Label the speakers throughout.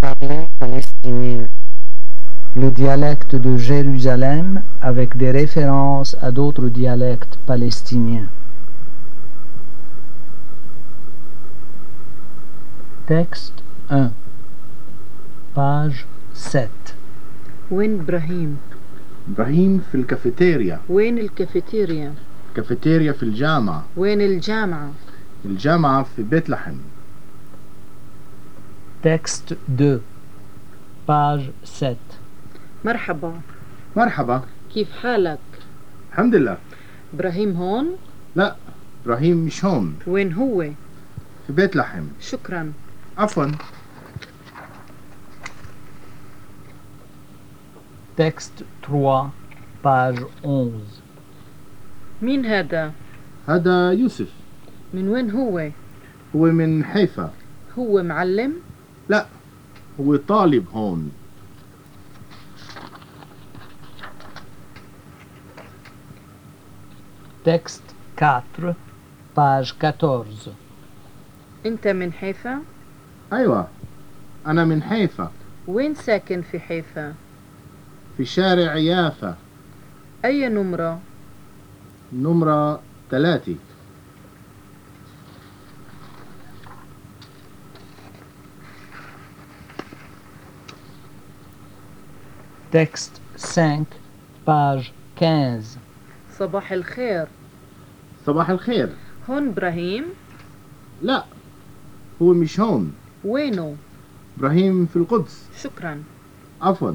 Speaker 1: parler palestinien.
Speaker 2: Le dialecte de Jérusalem avec des références à d'autres dialectes palestiniens. Texte 1 Page 7
Speaker 3: وين إبراهيم؟
Speaker 4: إبراهيم في الكافيتيريا
Speaker 3: وين الكافيتيريا؟
Speaker 4: كافيتيريا في الجامعة
Speaker 3: وين الجامعة؟
Speaker 4: الجامعة في بيت لحم
Speaker 2: Texte 2 Page 7
Speaker 3: مرحبا
Speaker 4: مرحبا
Speaker 3: كيف حالك؟
Speaker 4: الحمد لله
Speaker 3: إبراهيم هون؟
Speaker 4: لا إبراهيم مش هون
Speaker 3: وين هو؟
Speaker 4: في بيت لحم
Speaker 3: شكرا
Speaker 4: عفوا
Speaker 2: Texte 3 Page 11
Speaker 3: مين هذا؟
Speaker 4: هذا يوسف
Speaker 3: من وين هو؟
Speaker 4: هو من حيفا
Speaker 3: هو معلم؟
Speaker 4: هو طالب هون
Speaker 2: Texte 4 Page 14
Speaker 3: أنت من حيفا؟
Speaker 4: أيوة أنا من حيفا
Speaker 3: وين ساكن في حيفا؟
Speaker 4: في شارع يافا
Speaker 3: أي نمرة؟
Speaker 4: نمرة ثلاثة
Speaker 2: Texte 5 Page 15
Speaker 3: صباح الخير
Speaker 4: صباح الخير
Speaker 3: هون إبراهيم؟
Speaker 4: لا هو مش هون
Speaker 3: وينه؟
Speaker 4: إبراهيم في القدس
Speaker 3: شكرا
Speaker 4: عفوا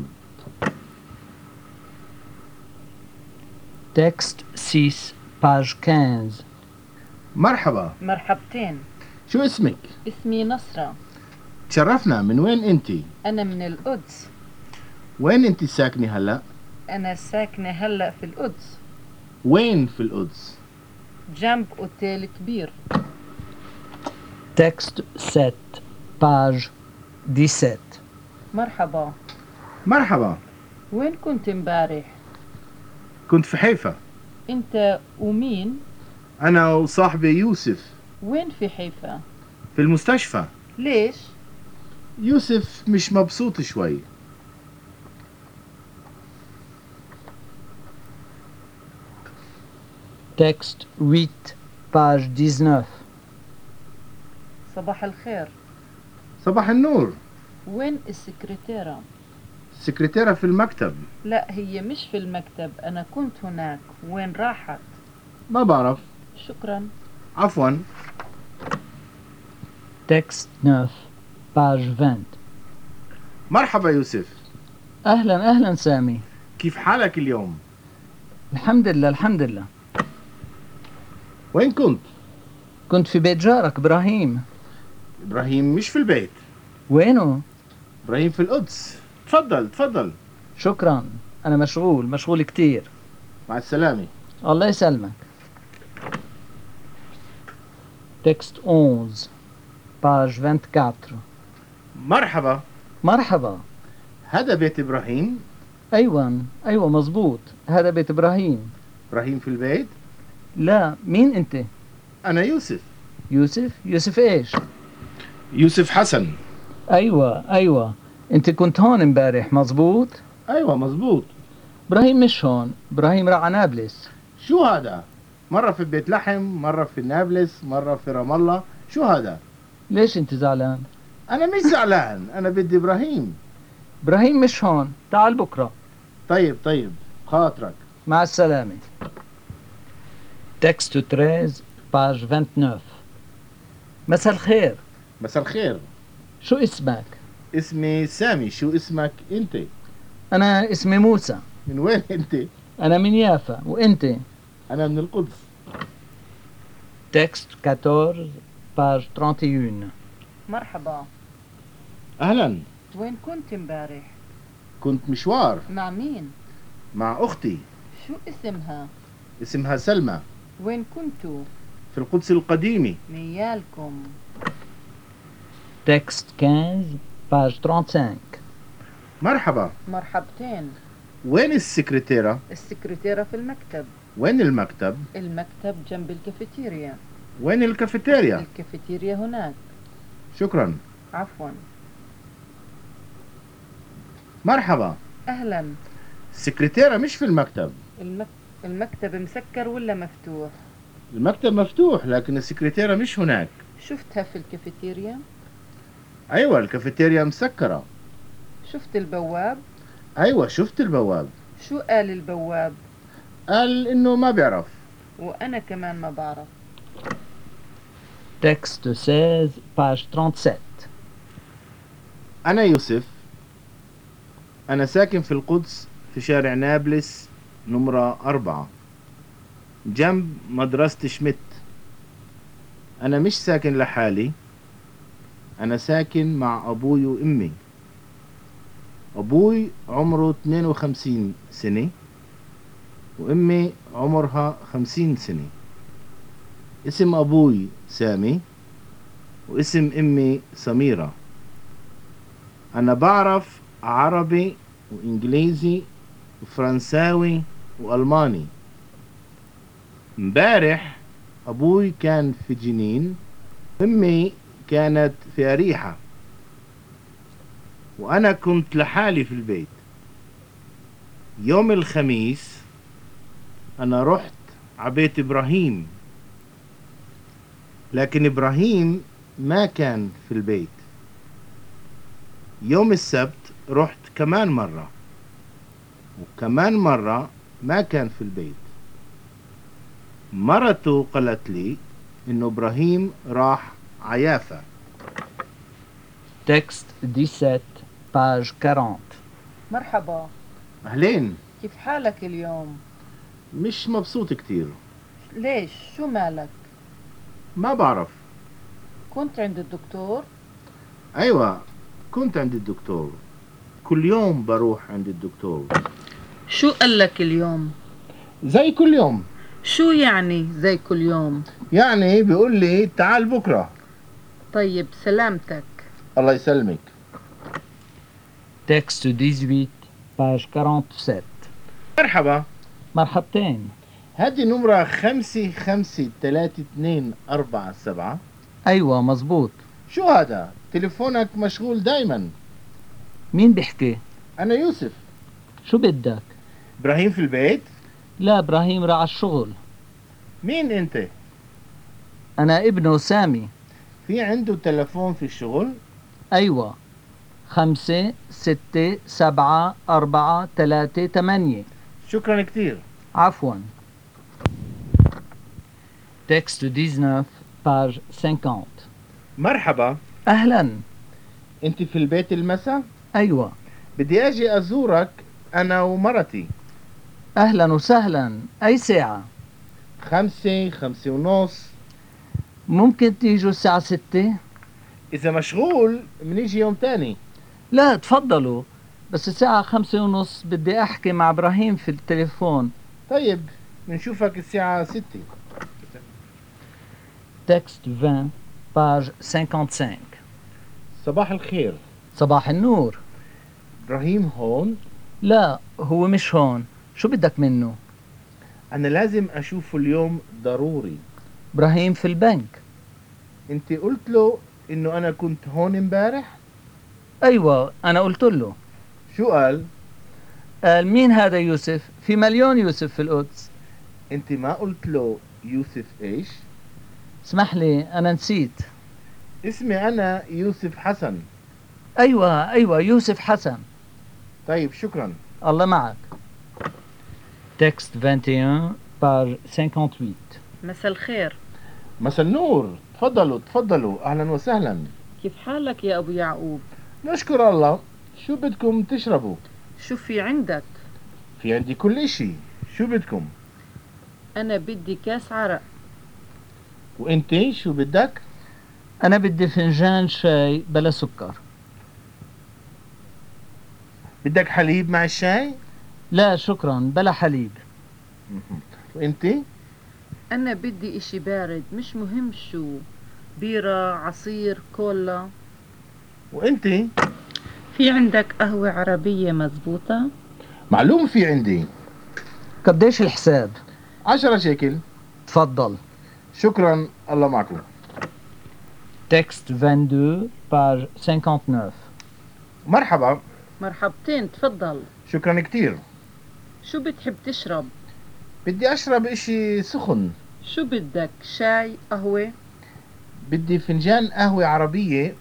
Speaker 2: Texte 6 Page 15
Speaker 4: مرحبا
Speaker 3: مرحبتين
Speaker 4: شو اسمك؟
Speaker 3: اسمي نصرة
Speaker 4: تشرفنا من وين أنت؟
Speaker 3: أنا من القدس
Speaker 4: وين أنت ساكنة هلأ؟
Speaker 3: أنا ساكنة هلأ في القدس
Speaker 4: وين في القدس؟
Speaker 3: جنب أوتيل كبير
Speaker 2: Texte 7 Page 17
Speaker 3: مرحبا
Speaker 4: مرحبا
Speaker 3: وين كنت امبارح؟
Speaker 4: كنت في حيفا
Speaker 3: أنت ومين؟
Speaker 4: أنا وصاحبي يوسف
Speaker 3: وين في حيفا؟
Speaker 4: في المستشفى
Speaker 3: ليش؟
Speaker 4: يوسف مش مبسوط شوي
Speaker 2: Texte 8 Page 19
Speaker 3: صباح الخير
Speaker 4: صباح النور
Speaker 3: وين السكرتيرة؟
Speaker 4: السكرتيرة في المكتب
Speaker 3: لا هي مش في المكتب أنا كنت هناك وين راحت؟
Speaker 4: ما بعرف
Speaker 3: شكرا
Speaker 4: عفوا
Speaker 2: Texte 9 Page 20
Speaker 4: مرحبا يوسف
Speaker 2: أهلا أهلا سامي
Speaker 4: كيف حالك اليوم؟
Speaker 2: الحمد لله الحمد لله
Speaker 4: وين كنت؟
Speaker 2: كنت في بيت جارك إبراهيم
Speaker 4: إبراهيم مش في البيت
Speaker 2: وينه؟
Speaker 4: إبراهيم في القدس تفضل تفضل
Speaker 2: شكرا أنا مشغول مشغول كتير
Speaker 4: مع السلامة
Speaker 2: الله يسلمك تكست 11 باج 24
Speaker 4: مرحبا
Speaker 2: مرحبا
Speaker 4: هذا بيت إبراهيم
Speaker 2: أيوة أيوة مزبوط هذا بيت إبراهيم
Speaker 4: إبراهيم في البيت
Speaker 2: لا مين أنت؟
Speaker 4: أنا يوسف
Speaker 2: يوسف؟ يوسف إيش؟
Speaker 4: يوسف حسن
Speaker 2: أيوة أيوة أنت كنت هون امبارح مزبوط؟
Speaker 4: أيوة مزبوط
Speaker 2: إبراهيم مش هون إبراهيم راح على نابلس
Speaker 4: شو هذا؟ مرة في بيت لحم مرة في نابلس مرة في رام الله شو هذا؟
Speaker 2: ليش أنت زعلان؟
Speaker 4: أنا مش زعلان أنا بدي إبراهيم
Speaker 2: إبراهيم مش هون تعال بكرة
Speaker 4: طيب طيب خاطرك
Speaker 2: مع السلامة تكست 13 باج 29 مساء الخير
Speaker 4: مساء الخير
Speaker 2: شو اسمك؟
Speaker 4: اسمي سامي شو اسمك أنت؟
Speaker 2: أنا اسمي موسى
Speaker 4: من وين أنت؟
Speaker 2: أنا من يافا وأنت؟
Speaker 4: أنا من القدس
Speaker 2: تكست 14 باج 31
Speaker 3: مرحبا
Speaker 4: أهلا
Speaker 3: وين كنت امبارح؟
Speaker 4: كنت مشوار
Speaker 3: مع مين؟
Speaker 4: مع أختي
Speaker 3: شو اسمها؟
Speaker 4: اسمها سلمى
Speaker 3: وين كنتوا؟
Speaker 4: في القدس القديمة
Speaker 3: نيالكم
Speaker 2: تكست 15 باج 35
Speaker 4: مرحبا
Speaker 3: مرحبتين
Speaker 4: وين السكرتيرة؟
Speaker 3: السكرتيرة في المكتب
Speaker 4: وين المكتب؟
Speaker 3: المكتب جنب الكافيتيريا
Speaker 4: وين الكافيتيريا؟
Speaker 3: الكافيتيريا هناك
Speaker 4: شكرا
Speaker 3: عفوا
Speaker 4: مرحبا
Speaker 3: أهلا
Speaker 4: السكرتيرة مش في المكتب
Speaker 3: المك... المكتب مسكر ولا مفتوح
Speaker 4: المكتب مفتوح لكن السكرتيرة مش هناك
Speaker 3: شفتها في الكافيتيريا
Speaker 4: أيوة الكافيتيريا مسكرة
Speaker 3: شفت البواب
Speaker 4: أيوة شفت البواب
Speaker 3: شو قال البواب
Speaker 4: قال إنه ما بيعرف
Speaker 3: وأنا كمان ما بعرف
Speaker 2: Texte 16, page 37.
Speaker 4: أنا يوسف أنا ساكن في القدس في شارع نابلس نمرة أربعة جنب مدرسة شميت أنا مش ساكن لحالي أنا ساكن مع أبوي وأمي أبوي عمره 52 سنة وأمي عمرها 50 سنة اسم أبوي سامي واسم أمي سميرة أنا بعرف عربي وإنجليزي وفرنساوي وألماني امبارح أبوي كان في جنين أمي كانت في أريحة وأنا كنت لحالي في البيت يوم الخميس أنا رحت عبيت إبراهيم لكن إبراهيم ما كان في البيت يوم السبت رحت كمان مرة وكمان مرة ما كان في البيت مرته قالت لي إنه إبراهيم راح عيافة
Speaker 2: Texte 17, page 40.
Speaker 3: مرحبا
Speaker 4: أهلين
Speaker 3: كيف حالك اليوم
Speaker 4: مش مبسوط كتير
Speaker 3: ليش شو مالك
Speaker 4: ما بعرف
Speaker 3: كنت عند الدكتور
Speaker 4: أيوة كنت عند الدكتور كل يوم بروح عند الدكتور
Speaker 3: شو قال لك اليوم
Speaker 4: زي كل يوم
Speaker 3: شو يعني زي كل يوم
Speaker 4: يعني بيقول لي تعال بكرة
Speaker 3: طيب سلامتك
Speaker 4: الله يسلمك
Speaker 2: Texte 18, page 47.
Speaker 4: مرحبا
Speaker 2: مرحبتين.
Speaker 4: هذه نمرة خمسة خمسة تلاتة اتنين أربعة سبعة
Speaker 2: أيوة مزبوط.
Speaker 4: شو هذا؟ تليفونك مشغول دايما
Speaker 2: مين بيحكي؟
Speaker 4: أنا يوسف
Speaker 2: شو بدك؟
Speaker 4: إبراهيم في البيت؟
Speaker 2: لا إبراهيم راح الشغل.
Speaker 4: مين أنت؟
Speaker 2: أنا ابنه سامي.
Speaker 4: في عنده تلفون في الشغل؟
Speaker 2: أيوة. خمسة ستة سبعة أربعة ثلاثة ثمانية
Speaker 4: شكرا كتير
Speaker 2: عفوا Texte 19, page 50
Speaker 4: مرحبا
Speaker 2: أهلا
Speaker 4: أنت في البيت المساء؟
Speaker 2: أيوة
Speaker 4: بدي أجي أزورك أنا ومرتي
Speaker 2: أهلا وسهلا أي ساعة
Speaker 4: خمسة خمسة ونص
Speaker 2: ممكن تيجوا الساعة ستة
Speaker 4: إذا مشغول منيجي يوم تاني
Speaker 2: لا تفضلوا بس الساعة خمسة ونص بدي أحكي مع إبراهيم في التليفون
Speaker 4: طيب بنشوفك الساعة ستة
Speaker 2: Texte 20, page 55
Speaker 4: صباح الخير
Speaker 2: صباح النور
Speaker 4: إبراهيم هون
Speaker 2: لا هو مش هون شو بدك منه
Speaker 4: أنا لازم أشوفه اليوم ضروري
Speaker 2: إبراهيم في البنك
Speaker 4: أنت قلت له إنه أنا كنت هون امبارح؟
Speaker 2: أيوة أنا قلت له
Speaker 4: شو قال؟
Speaker 2: قال مين هذا يوسف في مليون يوسف في القدس
Speaker 4: انت ما قلت له يوسف ايش
Speaker 2: اسمح لي أنا نسيت
Speaker 4: اسمي انا يوسف حسن
Speaker 2: أيوة أيوة يوسف حسن
Speaker 4: طيب شكرا
Speaker 2: الله معك Texte 21, page 58
Speaker 3: مساء الخير
Speaker 4: مساء النور تفضلوا تفضلوا اهلا وسهلا
Speaker 3: كيف حالك يا أبو يعقوب
Speaker 4: نشكر الله شو بدكم تشربوا
Speaker 3: شو في عندك
Speaker 4: في عندي كل اشي شو بدكم
Speaker 3: أنا بدي كاس عرق
Speaker 4: وانت شو بدك
Speaker 2: أنا بدي فنجان شاي بلا سكر
Speaker 4: بدك حليب مع الشاي
Speaker 2: لا شكرا بلا حليب
Speaker 4: وانت
Speaker 3: أنا بدي إشي بارد مش مهم شو بيرة عصير كولا
Speaker 4: وانت
Speaker 3: في عندك قهوة عربية مزبوطة
Speaker 4: معلوم في عندي
Speaker 2: قديش الحساب
Speaker 4: عشرة شيكل
Speaker 2: تفضل
Speaker 4: شكرا الله معكم
Speaker 2: Texte 22, page 59
Speaker 4: مرحبا
Speaker 3: مرحبتين تفضل
Speaker 4: شكرا كتير
Speaker 3: شو بتحب تشرب
Speaker 4: بدي أشرب إشي سخن
Speaker 3: شو بدك شاي قهوة
Speaker 4: بدي فنجان قهوة عربية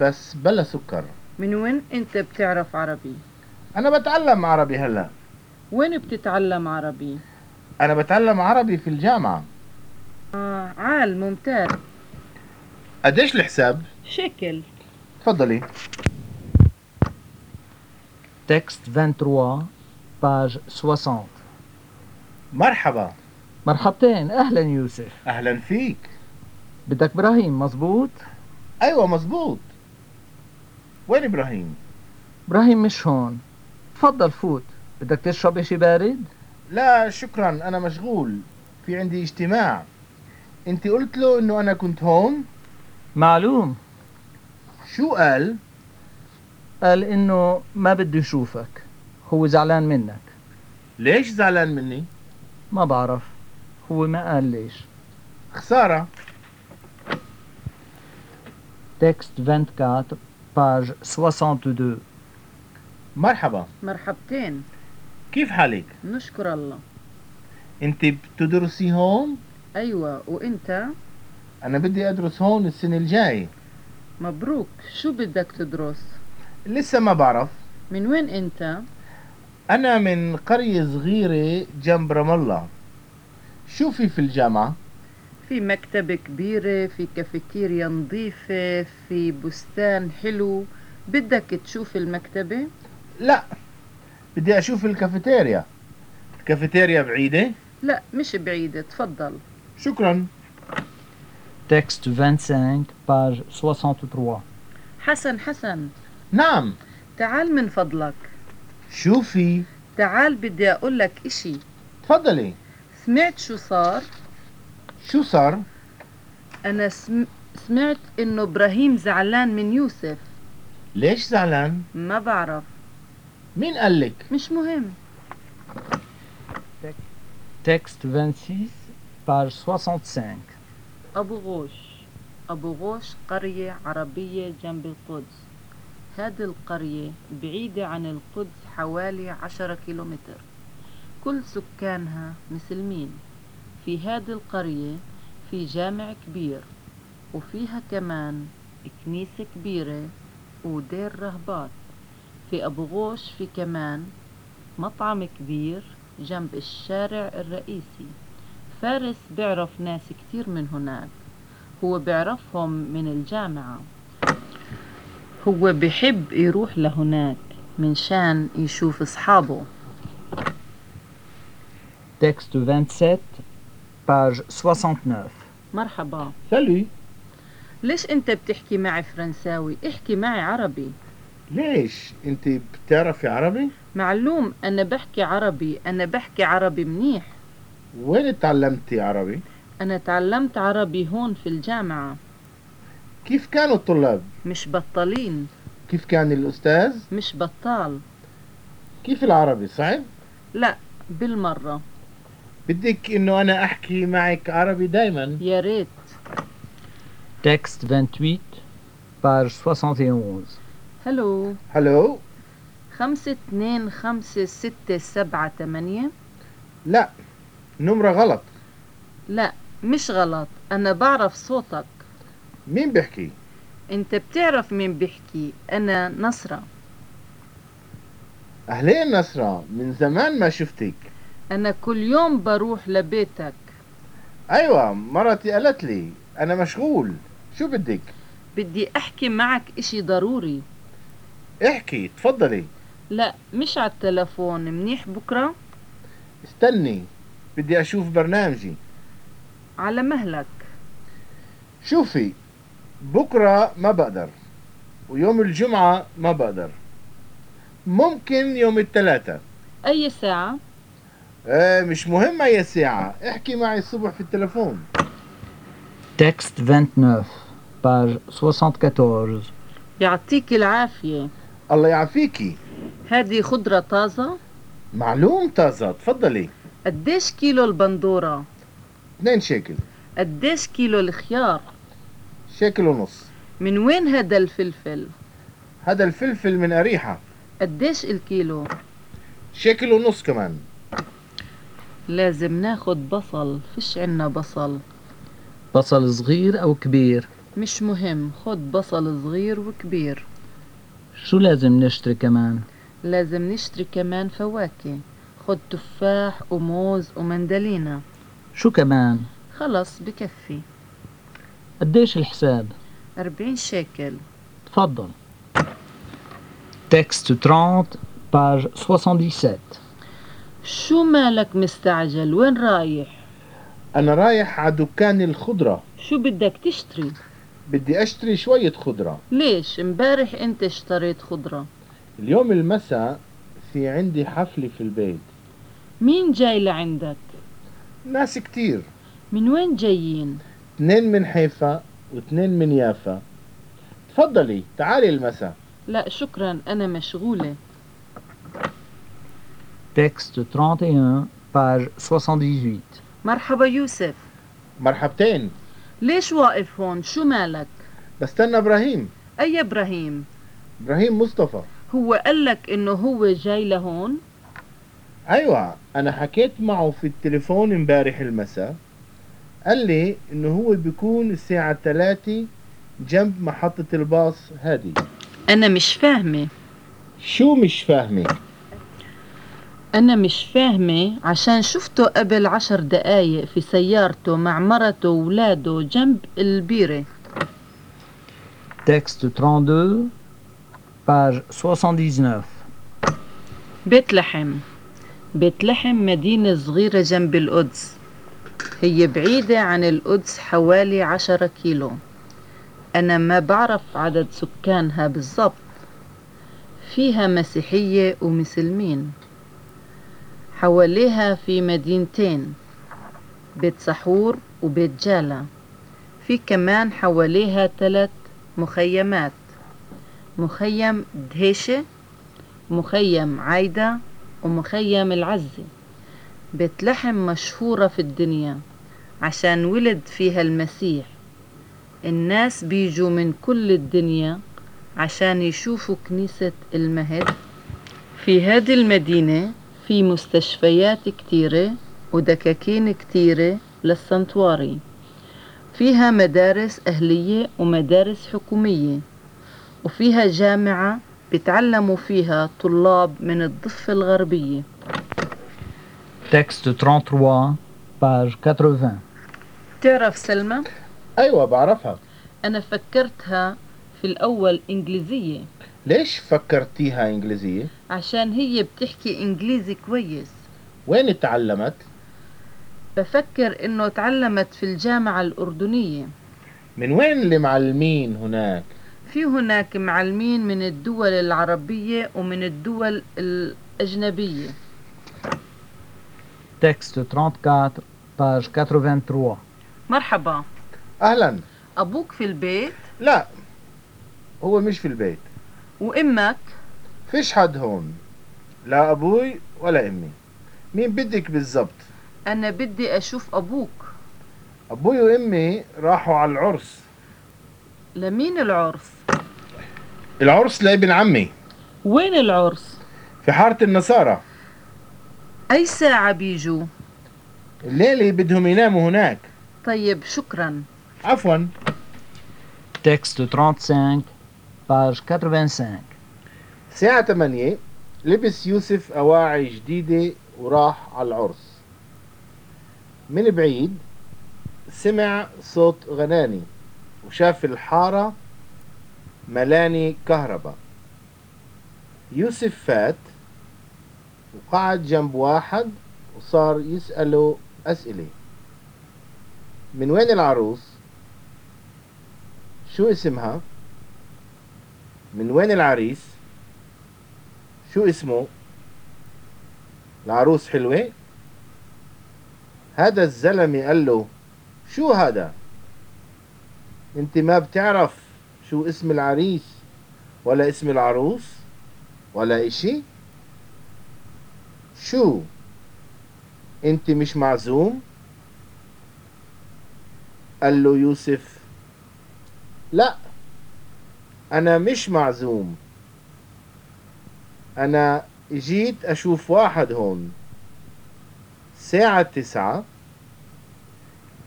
Speaker 4: بس بلا سكر
Speaker 3: من وين انت بتعرف عربي
Speaker 4: أنا بتعلم عربي هلا
Speaker 3: وين بتتعلم عربي
Speaker 4: أنا بتعلم عربي في الجامعة
Speaker 3: آه عال ممتاز
Speaker 4: قديش الحساب؟
Speaker 3: شكل
Speaker 4: تفضلي
Speaker 2: Texte 23, page 60.
Speaker 4: مرحبا
Speaker 2: مرحبتين أهلا يوسف
Speaker 4: أهلا فيك
Speaker 2: بدك إبراهيم مزبوط؟
Speaker 4: أيوة مزبوط وين إبراهيم؟
Speaker 2: إبراهيم مش هون تفضل فوت بدك تشرب إشي بارد؟
Speaker 4: لا شكرا أنا مشغول في عندي اجتماع أنت قلت له إنه أنا كنت هون
Speaker 2: معلوم
Speaker 4: شو قال؟
Speaker 2: قال إنه ما بده يشوفك هو زعلان منك
Speaker 4: ليش زعلان مني؟
Speaker 2: ما بعرف هو ما قال ليش
Speaker 4: خسارة
Speaker 2: Texte 24, page 62.
Speaker 4: مرحبا
Speaker 3: مرحبتين
Speaker 4: كيف حالك؟
Speaker 3: نشكر الله
Speaker 4: أنت بتدرسي هون؟
Speaker 3: أيوة وأنت
Speaker 4: أنا بدي أدرس هون السنة الجاية
Speaker 3: مبروك شو بدك تدرس
Speaker 4: لسه ما بعرف
Speaker 3: من وين أنت
Speaker 4: أنا من قرية صغيرة جنب رام الله شو في في الجامعة؟
Speaker 3: في مكتبة كبيرة في كافيتيريا نظيفة في بستان حلو بدك تشوف المكتبة
Speaker 4: لا بدي أشوف الكافيتيريا الكافيتيريا بعيدة؟
Speaker 3: لا مش بعيدة تفضل
Speaker 4: شكرا
Speaker 2: Texte 25, page 63.
Speaker 3: حسن حسن
Speaker 4: نعم
Speaker 3: تعال من فضلك
Speaker 4: شو في؟
Speaker 3: تعال بدي أقول لك إشي
Speaker 4: تفضلي
Speaker 3: سمعت شو صار
Speaker 4: شو صار؟
Speaker 3: أنا سم... سمعت إنه إبراهيم زعلان من يوسف
Speaker 4: ليش زعلان؟
Speaker 3: ما بعرف
Speaker 4: مين قال لك؟
Speaker 3: مش مهم
Speaker 2: Texte 26, page 65.
Speaker 3: أبو غوش أبو غوش قرية عربية جنب القدس هذه القرية بعيدة عن القدس حوالي عشرة كيلومتر كل سكانها مسلمين في هذه القرية في جامع كبير وفيها كمان كنيسة كبيرة ودير رهبات في أبو غوش في كمان مطعم كبير جنب الشارع الرئيسي فارس بيعرف ناس كتير من هناك هو بيعرفهم من الجامعة هو بحب يروح لهناك من شان يشوف أصحابه
Speaker 2: Texte 27, page 69.
Speaker 3: مرحبا
Speaker 4: سلي
Speaker 3: ليش أنت بتحكي معي فرنساوي؟ احكي معي عربي
Speaker 4: ليش؟ أنت بتعرفي عربي؟
Speaker 3: معلوم أنا بحكي عربي أنا بحكي عربي منيح
Speaker 4: وين تعلمتي عربي؟
Speaker 3: أنا تعلمت عربي هون في الجامعة
Speaker 4: كيف كانوا الطلاب؟
Speaker 3: مش بطلين
Speaker 4: كيف كان الأستاذ؟
Speaker 3: مش بطال
Speaker 4: كيف العربي صعب؟
Speaker 3: بالمرة
Speaker 4: بدك إنه أنا أحكي معك عربي دايما
Speaker 3: يا ريت
Speaker 2: Texte 28, page 71.
Speaker 3: هلو
Speaker 4: هلو؟
Speaker 3: خمسة اتنين خمسة ستة سبعة تمانية
Speaker 4: لا نمرة غلط
Speaker 3: لا مش غلط أنا بعرف صوتك
Speaker 4: مين بيحكي؟
Speaker 3: أنت بتعرف مين بيحكي أنا نصرة
Speaker 4: أهلين نصرة من زمان ما شفتك
Speaker 3: أنا كل يوم بروح لبيتك
Speaker 4: أيوة مرتي قالت لي أنا مشغول شو بدك؟
Speaker 3: بدي أحكي معك إشي ضروري
Speaker 4: احكي تفضلي
Speaker 3: لا مش على التلفون منيح بكرة
Speaker 4: استني بدي أشوف برنامجي
Speaker 3: على مهلك
Speaker 4: شوفي بكرة ما بقدر ويوم الجمعة ما بقدر ممكن يوم الثلاثاء
Speaker 3: أي ساعة
Speaker 4: آه مش مهم أي ساعة احكي معي الصبح في التلفون
Speaker 2: Texte 29, page 74.
Speaker 3: يعطيك العافية
Speaker 4: الله يعافيكي
Speaker 3: هذه خضرة طازة
Speaker 4: معلوم طازة تفضلي
Speaker 3: قديش كيلو البندورة
Speaker 4: اثنين شكل
Speaker 3: قديش كيلو الخيار
Speaker 4: شكل ونص
Speaker 3: من وين هذا الفلفل
Speaker 4: هذا الفلفل من أريحة
Speaker 3: قديش الكيلو؟
Speaker 4: شكل ونص كمان
Speaker 3: لازم ناخد بصل فيش عنا بصل
Speaker 2: بصل صغير أو كبير
Speaker 3: مش مهم خد بصل صغير وكبير
Speaker 2: شو لازم نشتري كمان
Speaker 3: لازم نشتري كمان فواكه خد تفاح وموز ومندلينا
Speaker 2: شو كمان
Speaker 3: خلص بكفي
Speaker 2: قديش الحساب
Speaker 3: أربعين شيكل
Speaker 2: تفضل تكست 30 باج 77
Speaker 3: شو مالك مستعجل وين رايح
Speaker 4: أنا رايح على دكان الخضرة
Speaker 3: شو بدك تشتري
Speaker 4: بدي أشتري شوية خضرة
Speaker 3: ليش امبارح انت اشتريت خضرة
Speaker 4: اليوم المساء في عندي حفلة في البيت
Speaker 3: مين جاي لعندك
Speaker 4: ناس كتير
Speaker 3: من وين جايين
Speaker 4: اتنين من حيفا واتنين من يافا تفضلي تعالي المساء
Speaker 3: لا شكرا أنا مشغولة
Speaker 2: تكست 31 باج 78
Speaker 3: مرحبا يوسف
Speaker 4: مرحبتين
Speaker 3: ليش واقف هون شو مالك
Speaker 4: بستنى إبراهيم
Speaker 3: أي إبراهيم
Speaker 4: إبراهيم مصطفى
Speaker 3: هو قالك إنه هو جاي لهون
Speaker 4: أيوة أنا حكيت معه في التليفون امبارح المساء قال لي إنه هو بيكون الساعة تلاتة جنب محطة الباص هادي
Speaker 3: أنا مش فاهمة
Speaker 4: شو مش فاهمة
Speaker 3: أنا مش فاهمة عشان شفته قبل عشر دقايق في سيارته مع مرته وولاده جنب البيرة
Speaker 2: تكست 32 باج 79
Speaker 3: بيت لحم بيت لحم مدينة صغيرة جنب القدس هي بعيدة عن القدس حوالي عشرة كيلو أنا ما بعرف عدد سكانها بالضبط فيها مسيحية ومسلمين حواليها في مدينتين بيت سحور وبيت جالا في كمان حواليها ثلاث مخيمات مخيم دهيشه مخيم عايدة ومخيم العزة بيت لحم مشهورة في الدنيا عشان ولد فيها المسيح الناس بيجوا من كل الدنيا عشان يشوفوا كنيسة المهد في هذه المدينة في مستشفيات كتيرة ودكاكين كتيرة للسنتواري فيها مدارس أهلية ومدارس حكومية وفيها جامعة بتعلموا فيها طلاب من الضفة الغربية
Speaker 2: تكست 33 باج 80
Speaker 3: تعرف سلمى
Speaker 4: أيوة بعرفها
Speaker 3: أنا فكرتها في الأول إنجليزية
Speaker 4: ليش فكرتيها إنجليزية؟
Speaker 3: عشان هي بتحكي إنجليزي كويس
Speaker 4: وين اتعلمت؟
Speaker 3: بفكر إنه تعلمت في الجامعة الأردنية
Speaker 4: من وين اللي معلمين هناك؟
Speaker 3: في هناك معلمين من الدول العربية ومن الدول الأجنبية
Speaker 2: تكست 34 باج 83
Speaker 3: مرحبا
Speaker 4: أهلا
Speaker 3: أبوك في البيت
Speaker 4: لا هو مش في البيت
Speaker 3: وأمك
Speaker 4: فيش حد هون لا أبوي ولا أمي مين بدك بالظبط؟
Speaker 3: أنا بدي أشوف أبوك
Speaker 4: أبوي وأمي راحوا على العرس
Speaker 3: لمين العرس
Speaker 4: العرس لابن عمي
Speaker 3: وين العرس
Speaker 4: في حارة النصارى
Speaker 3: أي ساعة بيجوا
Speaker 4: الليلة بدهم يناموا هناك
Speaker 3: طيب شكرا
Speaker 4: عفوا
Speaker 2: تكست 35 باج 85
Speaker 4: الساعة 8 لبس يوسف أواعي جديدة وراح على العرس من بعيد سمع صوت غناني وشاف الحارة ملاني كهرباء يوسف فات وقعد جنب واحد وصار يسأله أسئلة من وين العروس؟ شو اسمها؟ من وين العريس؟ شو اسمه العروس حلوة هذا الزلمة قال له شو هذا انت ما بتعرف شو اسم العريس ولا اسم العروس ولا اشي شو انت مش معزوم قال له يوسف لا انا مش معزوم أنا جيت أشوف واحد هون ساعة تسعة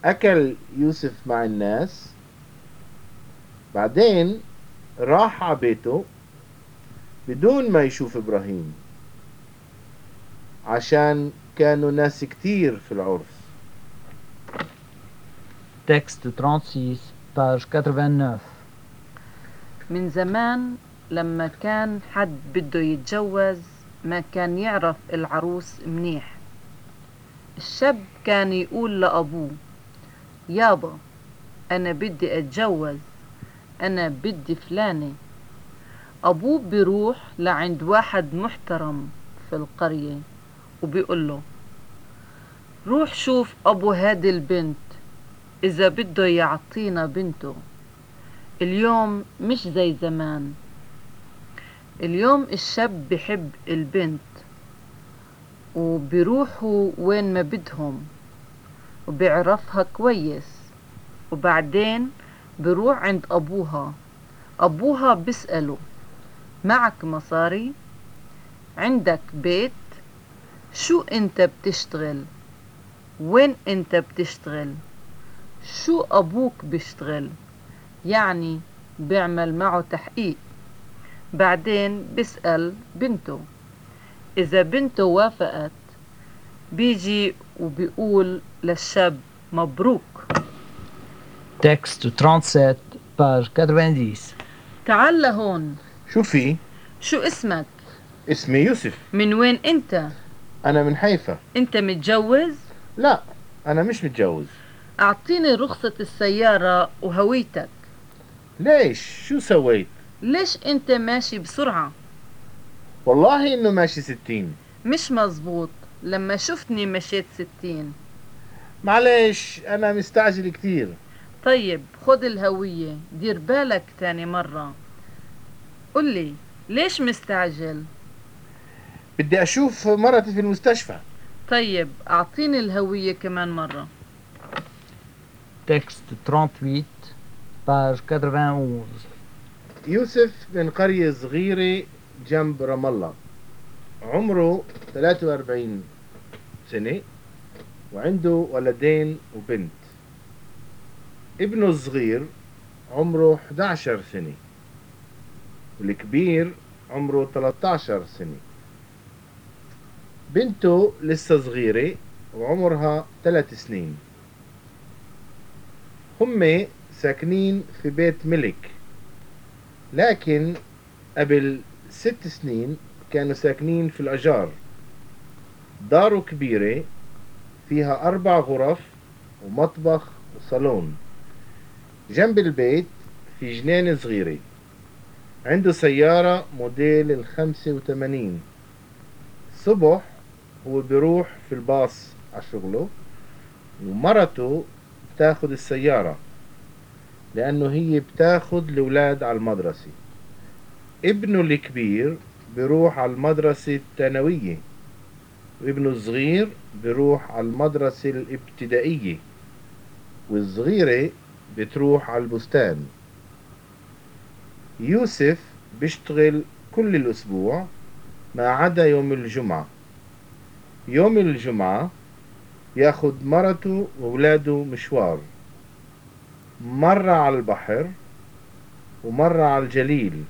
Speaker 4: أكل يوسف مع الناس بعدين راح على بيته بدون ما يشوف إبراهيم عشان كانوا ناس كتير في العرس
Speaker 2: Texte 36, page 89.
Speaker 3: من زمان لما كان حد بده يتجوز ما كان يعرف العروس منيح الشاب كان يقول لأبوه يابا أنا بدي أتجوز أنا بدي فلانة أبوه بيروح لعند واحد محترم في القرية وبيقول له روح شوف أبو هاد البنت إذا بده يعطينا بنته اليوم مش زي زمان اليوم الشاب بحب البنت وبيروحوا وين ما بدهم وبيعرفها كويس وبعدين بروح عند أبوها أبوها بيسأله معك مصاري عندك بيت شو أنت بتشتغل وين أنت بتشتغل شو أبوك بيشتغل يعني بيعمل معه تحقيق بعدين بيسأل بنته إذا بنته وافقت بيجي وبيقول للشاب مبروك
Speaker 2: Texte 37, page 90.
Speaker 3: تعال لهون
Speaker 4: شو في؟
Speaker 3: شو اسمك
Speaker 4: اسمي يوسف
Speaker 3: من وين انت
Speaker 4: أنا من حيفا
Speaker 3: انت متجوز
Speaker 4: لا أنا مش متجوز
Speaker 3: اعطيني رخصة السيارة وهويتك
Speaker 4: ليش؟ شو سويت؟
Speaker 3: ليش انت ماشي بسرعة
Speaker 4: والله إنه ماشي ستين
Speaker 3: مش مزبوط لما شفتني مشيت ستين
Speaker 4: معلش أنا مستعجل كتير
Speaker 3: طيب خد الهوية دير بالك تاني مرة قولي ليش مستعجل
Speaker 4: بدي أشوف مرتي في المستشفى
Speaker 3: طيب اعطيني الهوية كمان مرة
Speaker 2: Texte 38, page 91.
Speaker 4: يوسف من قرية صغيرة جنب رام الله عمره 43 سنة وعنده ولدين وبنت ابنه الصغير عمره 11 سنة والكبير عمره 13 سنة بنته لسه صغيرة وعمرها 3 سنين هم ساكنين في بيت ملك لكن قبل ست سنين كانوا ساكنين في الأجار داره كبيرة فيها أربع غرف ومطبخ وصالون جنب البيت في جنينة صغيرة عنده سيارة موديل الخمسة وثمانين الصبح هو بيروح في الباص على شغله ومرته بتاخد السيارة لأنه هي بتاخد الأولاد على المدرسة ابنه الكبير بيروح على المدرسة الثانوية وابنه الصغير بيروح على المدرسة الابتدائية والصغيرة بتروح على البستان يوسف بيشتغل كل الأسبوع ما عدا يوم الجمعة يوم الجمعة ياخد مرته وولاده مشوار مرة على البحر ومرة على الجليل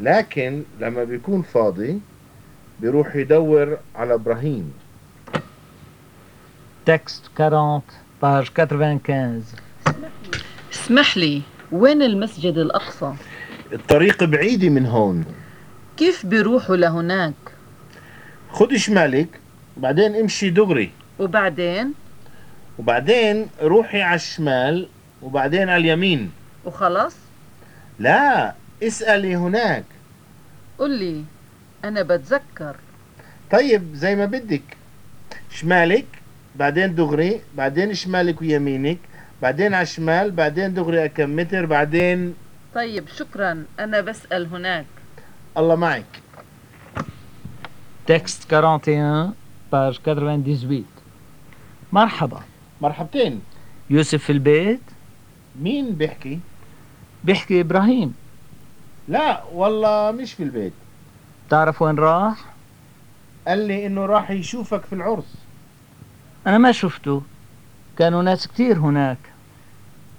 Speaker 4: لكن لما بيكون فاضي بيروح يدور على إبراهيم
Speaker 2: Texte 40, page 95.
Speaker 3: اسمح لي وين المسجد الأقصى
Speaker 4: الطريق بعيدة من هون
Speaker 3: كيف بيروحوا لهناك
Speaker 4: خد شمالك بعدين امشي دغري
Speaker 3: وبعدين
Speaker 4: وبعدين روحي على الشمال وبعدين على اليمين
Speaker 3: وخلاص
Speaker 4: لا اسألي هناك
Speaker 3: قولي أنا بتذكر
Speaker 4: طيب زي ما بدك شمالك بعدين دغري بعدين شمالك ويمينك بعدين على الشمال بعدين دغري كم متر بعدين
Speaker 3: طيب شكرا أنا بسأل هناك
Speaker 4: الله معك
Speaker 2: Texte 41, page 98. مرحبا
Speaker 4: مرحبتين
Speaker 2: يوسف في البيت
Speaker 4: مين بيحكي
Speaker 2: بيحكي إبراهيم
Speaker 4: لا والله مش في البيت
Speaker 2: تعرف وين راح؟
Speaker 4: قال لي انه راح يشوفك في العرس
Speaker 2: أنا ما شفته كانوا ناس كتير هناك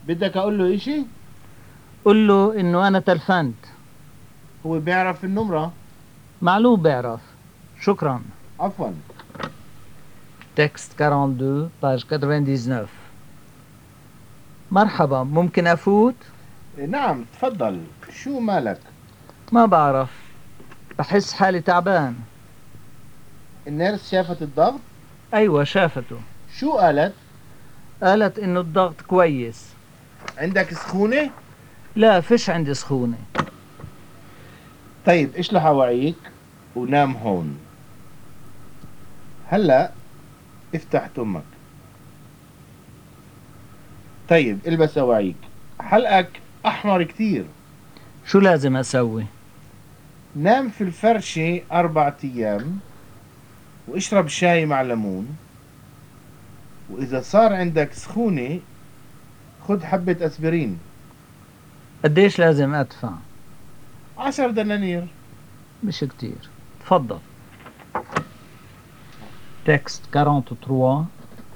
Speaker 4: بدك اقول له اشي
Speaker 2: قل له إنه أنا تلفنت
Speaker 4: هو بيعرف النمرة
Speaker 2: معلوم بيعرف شكرا
Speaker 4: عفوا
Speaker 2: تكست 42 باج 99 مرحبا ممكن أفوت؟
Speaker 4: نعم تفضل شو مالك
Speaker 2: ما بعرف بحس حالي تعبان
Speaker 4: النيرس شافت الضغط
Speaker 2: أيوة شافته
Speaker 4: شو قالت
Speaker 2: قالت إنه الضغط كويس
Speaker 4: عندك سخونة
Speaker 2: لا فيش عندي سخونة
Speaker 4: طيب اشلح هواعيك ونام هون هلا افتح تمك طيب البس هواعيك حلقك احمر كتير
Speaker 2: شو لازم أسوي؟
Speaker 4: نام في الفرشة أربعة أيام واشرب شاي مع ليمون وإذا صار عندك سخونة خد حبة أسبرين
Speaker 2: قديش لازم أدفع؟
Speaker 4: عشر دنانير
Speaker 2: مش كتير تفضل تكست 43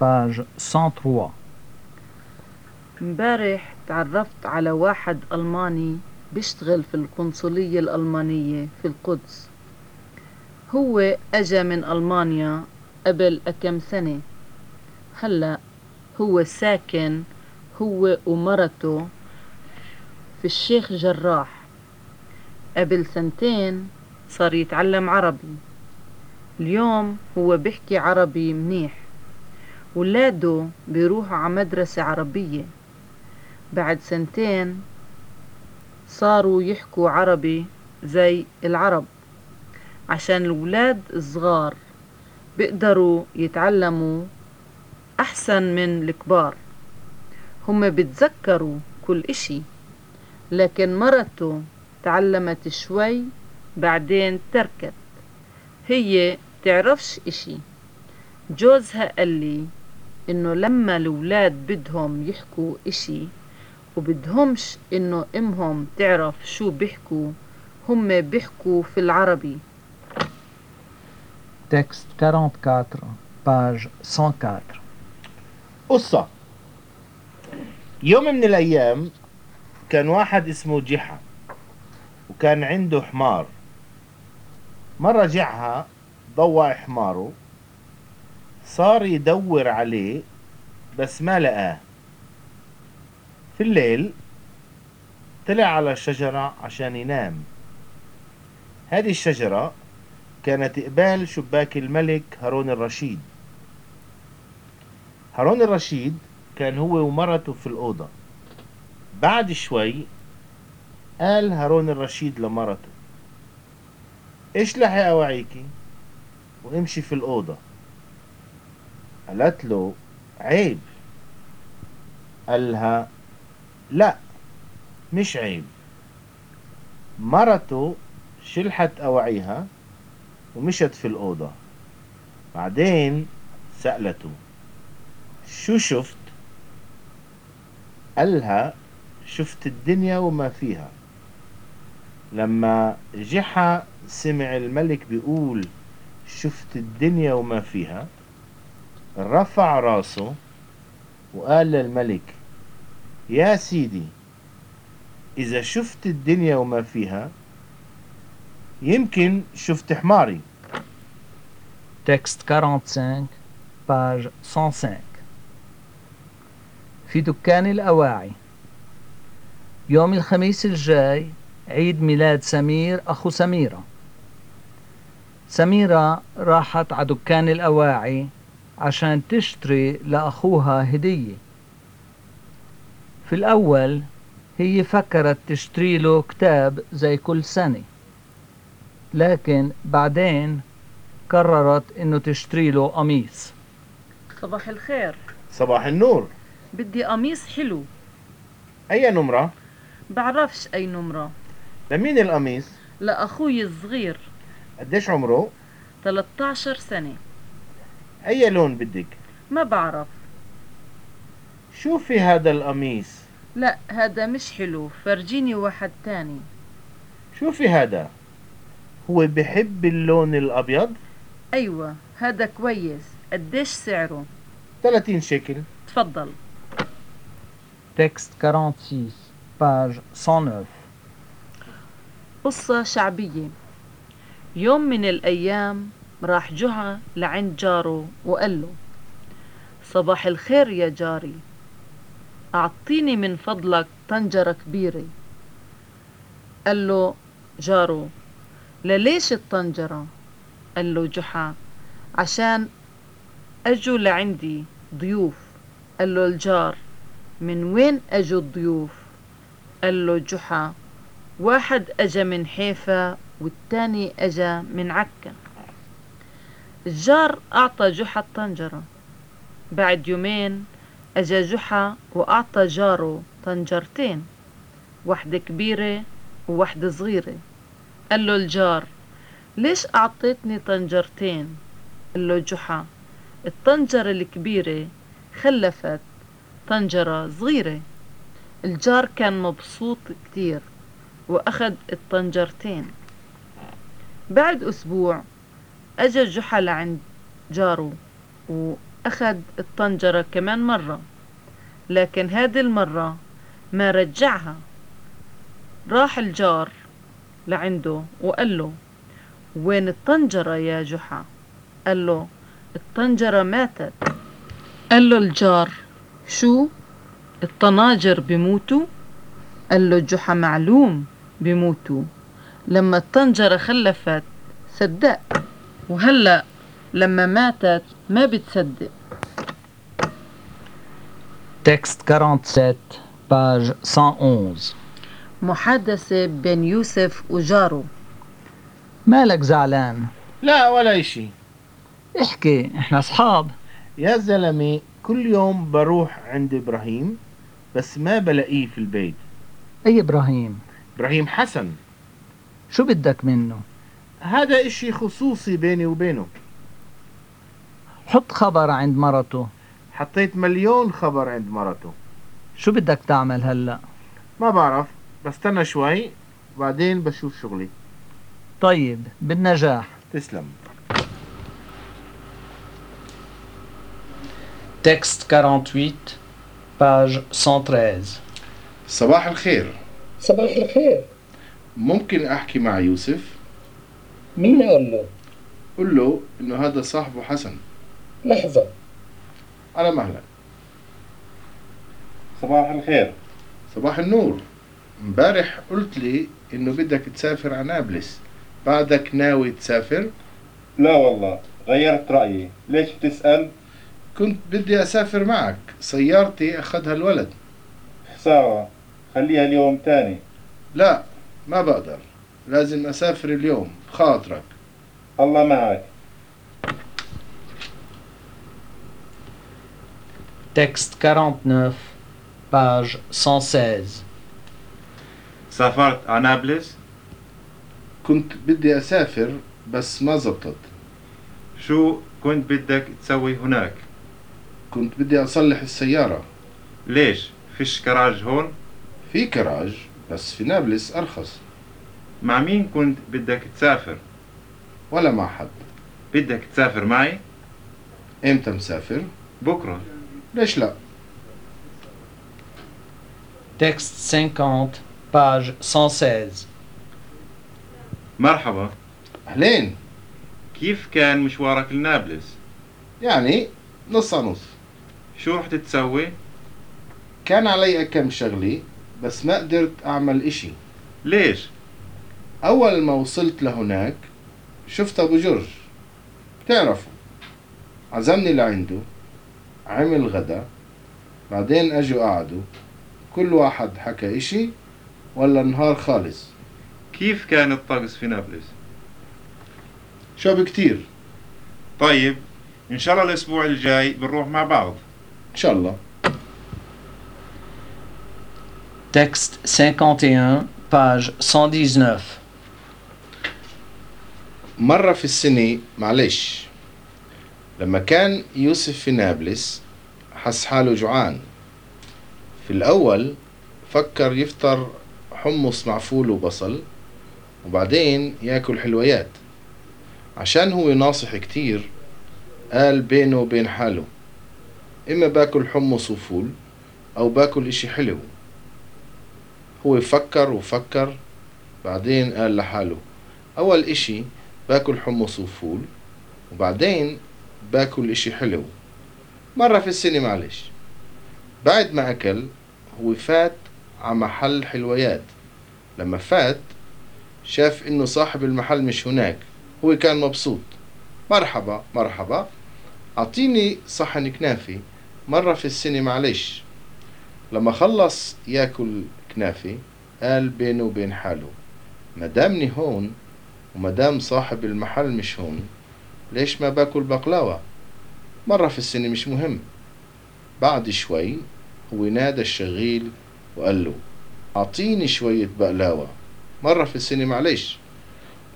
Speaker 2: باج 103
Speaker 3: امبارح تعرفت على واحد ألماني بيشتغل في القنصلية الألمانية في القدس هو أجا من ألمانيا قبل كم سنة هلأ هو ساكن هو ومرته في الشيخ جراح قبل سنتين صار يتعلم عربي اليوم هو بيحكي عربي منيح ولاده بيروحوا على مدرسة عربية بعد سنتين صاروا يحكوا عربي زي العرب عشان الولاد الصغار بيقدروا يتعلموا أحسن من الكبار هم بتذكروا كل إشي لكن مرته تعلمت شوي بعدين تركت هي تعرفش إشي جوزها قال لي إنه لما الولاد بدهم يحكوا إشي وبدهمش إنه أمهم تعرف شو بيحكوا هم بيحكوا في العربي
Speaker 2: تكست 44 باج 104
Speaker 4: قصة يوم من الأيام كان واحد اسمه جحا وكان عنده حمار مرة جحا ضوع حماره صار يدور عليه بس ما لقاه في الليل طلع على الشجرة عشان ينام هذه الشجرة كانت قبال شباك الملك هارون الرشيد هارون الرشيد كان هو ومرته في الأوضة بعد شوي قال هارون الرشيد لمرته اشلحي أواعيكي وامشي في الأوضة قالت له عيب قالها لا مش عيب مرته شلحت أواعيها ومشت في الأوضة بعدين سألته شو شفت قالها شفت الدنيا وما فيها لما جحا سمع الملك بيقول شفت الدنيا وما فيها رفع راسه وقال للملك يا سيدي إذا شفت الدنيا وما فيها يمكن شفت حماري
Speaker 2: تكست 45 باج 105 في دكان الأواعي يوم الخميس الجاي عيد ميلاد سمير أخو سميرة سميرة راحت على دكان الأواعي عشان تشتري لأخوها هدية في الأول هي فكرت تشتري له كتاب زي كل سنة لكن بعدين قررت انه تشتري له قميص
Speaker 3: صباح الخير
Speaker 4: صباح النور
Speaker 3: بدي قميص حلو
Speaker 4: أي نمرة
Speaker 3: بعرفش أي نمرة
Speaker 4: لمين القميص
Speaker 3: لأخوي الصغير
Speaker 4: قديش عمره
Speaker 3: 13 سنة
Speaker 4: أي لون بدك
Speaker 3: ما بعرف
Speaker 4: شوفي هذا القميص
Speaker 3: لا هذا مش حلو فرجيني واحد تاني
Speaker 4: شوفي هذا
Speaker 5: هو بيحب اللون الأبيض
Speaker 3: أيوة هذا كويس قديش سعره
Speaker 5: 30 شكل
Speaker 3: تفضل
Speaker 2: Texte 46, page 109.
Speaker 3: قصة شعبية يوم من الأيام راح جعى لعند جاره وقال له صباح الخير يا جاري أعطيني من فضلك طنجرة كبيرة قال له جاره لليش الطنجرة قال له جحا عشان أجوا لعندي ضيوف قال له الجار من وين أجوا الضيوف قال له جحا واحد أجا من حيفا والتاني أجا من عكا الجار أعطى جحا الطنجرة بعد يومين أجا جحا وأعطى جاره طنجرتين واحدة كبيرة وواحدة صغيرة قال له الجار ليش أعطيتني طنجرتين قال له جحا الطنجرة الكبيرة خلفت طنجرة صغيرة الجار كان مبسوط كتير وأخذ الطنجرتين بعد أسبوع أجا جحا لعند جاره وأخذ الطنجرة كمان مرة لكن هذه المرة ما رجعها راح الجار لعنده وقال له وين الطنجرة يا جحا قال له الطنجرة ماتت قال له الجار شو الطناجر بيموتوا قال له جحا معلوم بيموتوا لما الطنجرة خلفت صدق وهلأ لما ماتت ما بتصدق
Speaker 2: Texte 47, page 111.
Speaker 3: محادثة بين يوسف وجاره
Speaker 2: مالك زعلان؟
Speaker 6: لا ولا إشي
Speaker 2: احكي احنا اصحاب
Speaker 6: يا زلمة كل يوم بروح عند إبراهيم بس ما بلاقيه في البيت
Speaker 2: اي ابراهيم
Speaker 6: إبراهيم حسن
Speaker 2: شو بدك منه؟
Speaker 6: هذا إشي خصوصي بيني وبينه
Speaker 2: حط خبر عند مرته
Speaker 6: حطيت مليون خبر عند مرته
Speaker 2: شو بدك تعمل هلا؟
Speaker 6: ما بعرف بستنى شوي وبعدين بشوف شغلي
Speaker 2: طيب بالنجاح
Speaker 6: تسلم
Speaker 2: Texte 48, page 113.
Speaker 4: صباح الخير
Speaker 7: صباح الخير
Speaker 4: ممكن أحكي مع يوسف
Speaker 7: مين أقول له؟
Speaker 4: قل له إنه هذا صاحبه حسن
Speaker 7: لحظة
Speaker 4: على مهلك
Speaker 5: صباح الخير
Speaker 4: صباح النور امبارح قلت لي إنه بدك تسافر على نابلس بعدك ناوي تسافر
Speaker 5: لا والله غيرت رأيي ليش بتسأل؟
Speaker 4: كنت بدي أسافر معك سيارتي أخذها الولد
Speaker 5: خسارة خليها اليوم تاني
Speaker 4: لا ما بقدر لازم أسافر اليوم بخاطرك
Speaker 5: الله معك
Speaker 2: Texte 49, page 116.
Speaker 8: سافرت على نابلس
Speaker 4: كنت بدي أسافر بس ما زبطت
Speaker 8: شو كنت بدك تسوي هناك
Speaker 4: كنت بدي أصلح السيارة
Speaker 8: ليش فيش كراج هون
Speaker 4: في كراج بس في نابلس أرخص
Speaker 8: مع مين كنت بدك تسافر
Speaker 4: ولا مع حد
Speaker 8: بدك تسافر معي
Speaker 4: إمتى مسافر
Speaker 8: بكرة
Speaker 4: ليش لا
Speaker 2: Texte 50, page 116.
Speaker 8: مرحبا
Speaker 4: أهلين
Speaker 8: كيف كان مشوارك لنابلس
Speaker 4: يعني نص على نص
Speaker 8: شو رحت تسوي
Speaker 4: كان علي كم شغلي بس ما قدرت أعمل إشي
Speaker 8: ليش
Speaker 4: أول ما وصلت لهناك شفت أبو جورج بتعرفه عزمني لعنده عمل غدا بعدين أجوا قعدوا كل واحد حكى إشي ولا نهار خالص
Speaker 8: كيف كان الطقس في نابلس
Speaker 4: شاب كتير
Speaker 8: طيب ان شاء الله الاسبوع الجاي بنروح مع بعض
Speaker 4: إن شاء الله
Speaker 2: Texte 51, page 119.
Speaker 4: مرة في السنة معلش لما كان يوسف في نابلس حس حاله جوعان في الأول فكر يفطر حمص مع فول وبصل وبعدين ياكل حلويات عشان هو ناصح كتير قال بينه وبين حاله إما باكل حمص وفول أو باكل إشي حلو هو فكر وفكر بعدين قال لحاله أول إشي باكل حمص وفول وبعدين باكل إشي حلو مرة في السنة معلش بعد ما أكل هو فات على محل حلويات لما فات شاف إنه صاحب المحل مش هناك هو كان مبسوط مرحبا مرحبا أعطيني صحن كنافي مرة في السنة معلش لما خلص ياكل كنافي قال بينه وبين حاله مدامني هون ومدام صاحب المحل مش هون ليش ما باكل بقلاوة مرة في السنة مش مهم بعد شوي هو نادى الشغيل وقال له أعطيني شوية بقلاوة مرة في السنة معلش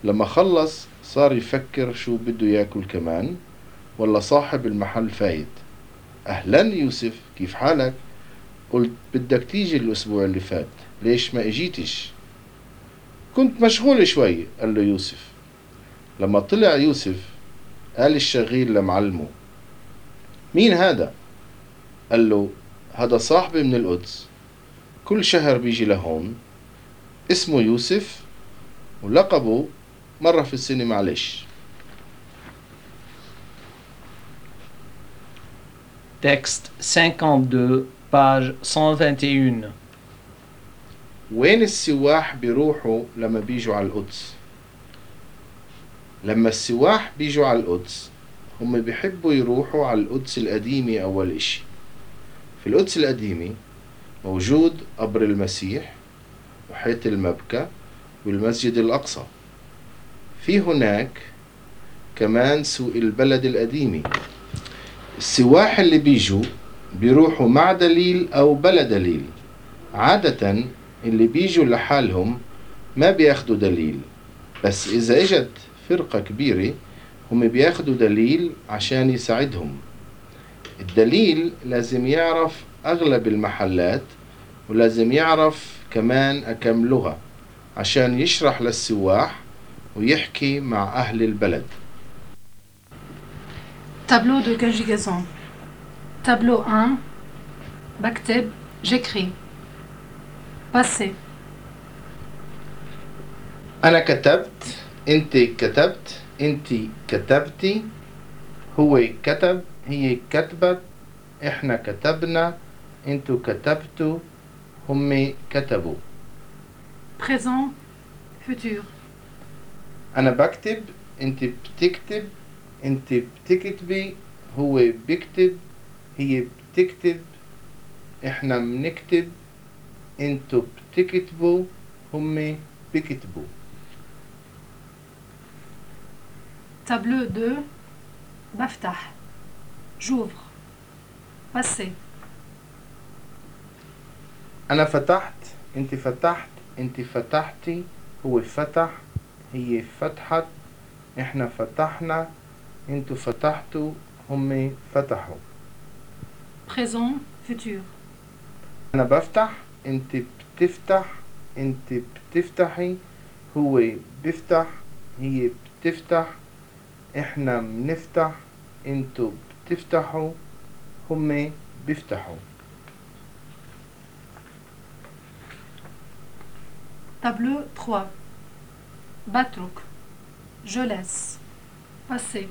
Speaker 4: لما خلص صار يفكر شو بده ياكل كمان ولا صاحب المحل فايت أهلا يوسف كيف حالك قلت بدك تيجي الأسبوع اللي فات ليش ما اجيتش كنت مشغول شوي قال له يوسف لما طلع يوسف قال الشغيل لمعلمه مين هذا قال له هذا صاحبي من القدس كل شهر بيجي لهون اسمه يوسف ولقبه مرة في السنة معلش
Speaker 2: Texte 52, page 121.
Speaker 4: وين السواح بيروحوا لما بيجوا على القدس لما السواح بيجوا على القدس هم بيحبوا يروحوا على القدس القديمة أول إشي في القدس القديمة موجود قبر المسيح وحيط المبكى والمسجد الأقصى في هناك كمان سوق البلد القديمة السواح اللي بيجوا بيروحوا مع دليل أو بلا دليل عادة اللي بيجوا لحالهم ما بياخدوا دليل بس إذا إجت فرقة كبيرة هم بياخدوا دليل عشان يساعدهم الدليل لازم يعرف أغلب المحلات ولازم يعرف كمان أكم لغة عشان يشرح للسواح ويحكي مع أهل البلد
Speaker 9: Tableau de conjugaison. Tableau 1. Bakteb, j'écris. Passé.
Speaker 4: أنا كتبت أنت كتبت أنت كتبتي هو كتب هي كتبت إحنا كتبنا أنتوا كتبتوا هم كتبوا
Speaker 9: Présent, futur.
Speaker 4: أنا بكتب أنت بتكتب أنت بتكتبي هو بيكتب هي بتكتب إحنا بنكتب أنتوا بتكتبوا هم بيكتبوا
Speaker 9: Tableau 2. Baftah. J'ouvre. Passé.
Speaker 4: أنا فتحت أنت فتحت أنت فتحتي هو فتح هي فتحت إحنا فتحنا أنتوا فتحتوا هم فتحوا
Speaker 9: Présent, futur.
Speaker 4: أنا بفتح أنت بتفتح أنت بتفتحي هو بيفتح هي بتفتح إحنا بنفتح أنتوا بتفتحوا هم بيفتحوا
Speaker 9: Tableau 3. Batrouk. Je laisse. Passé.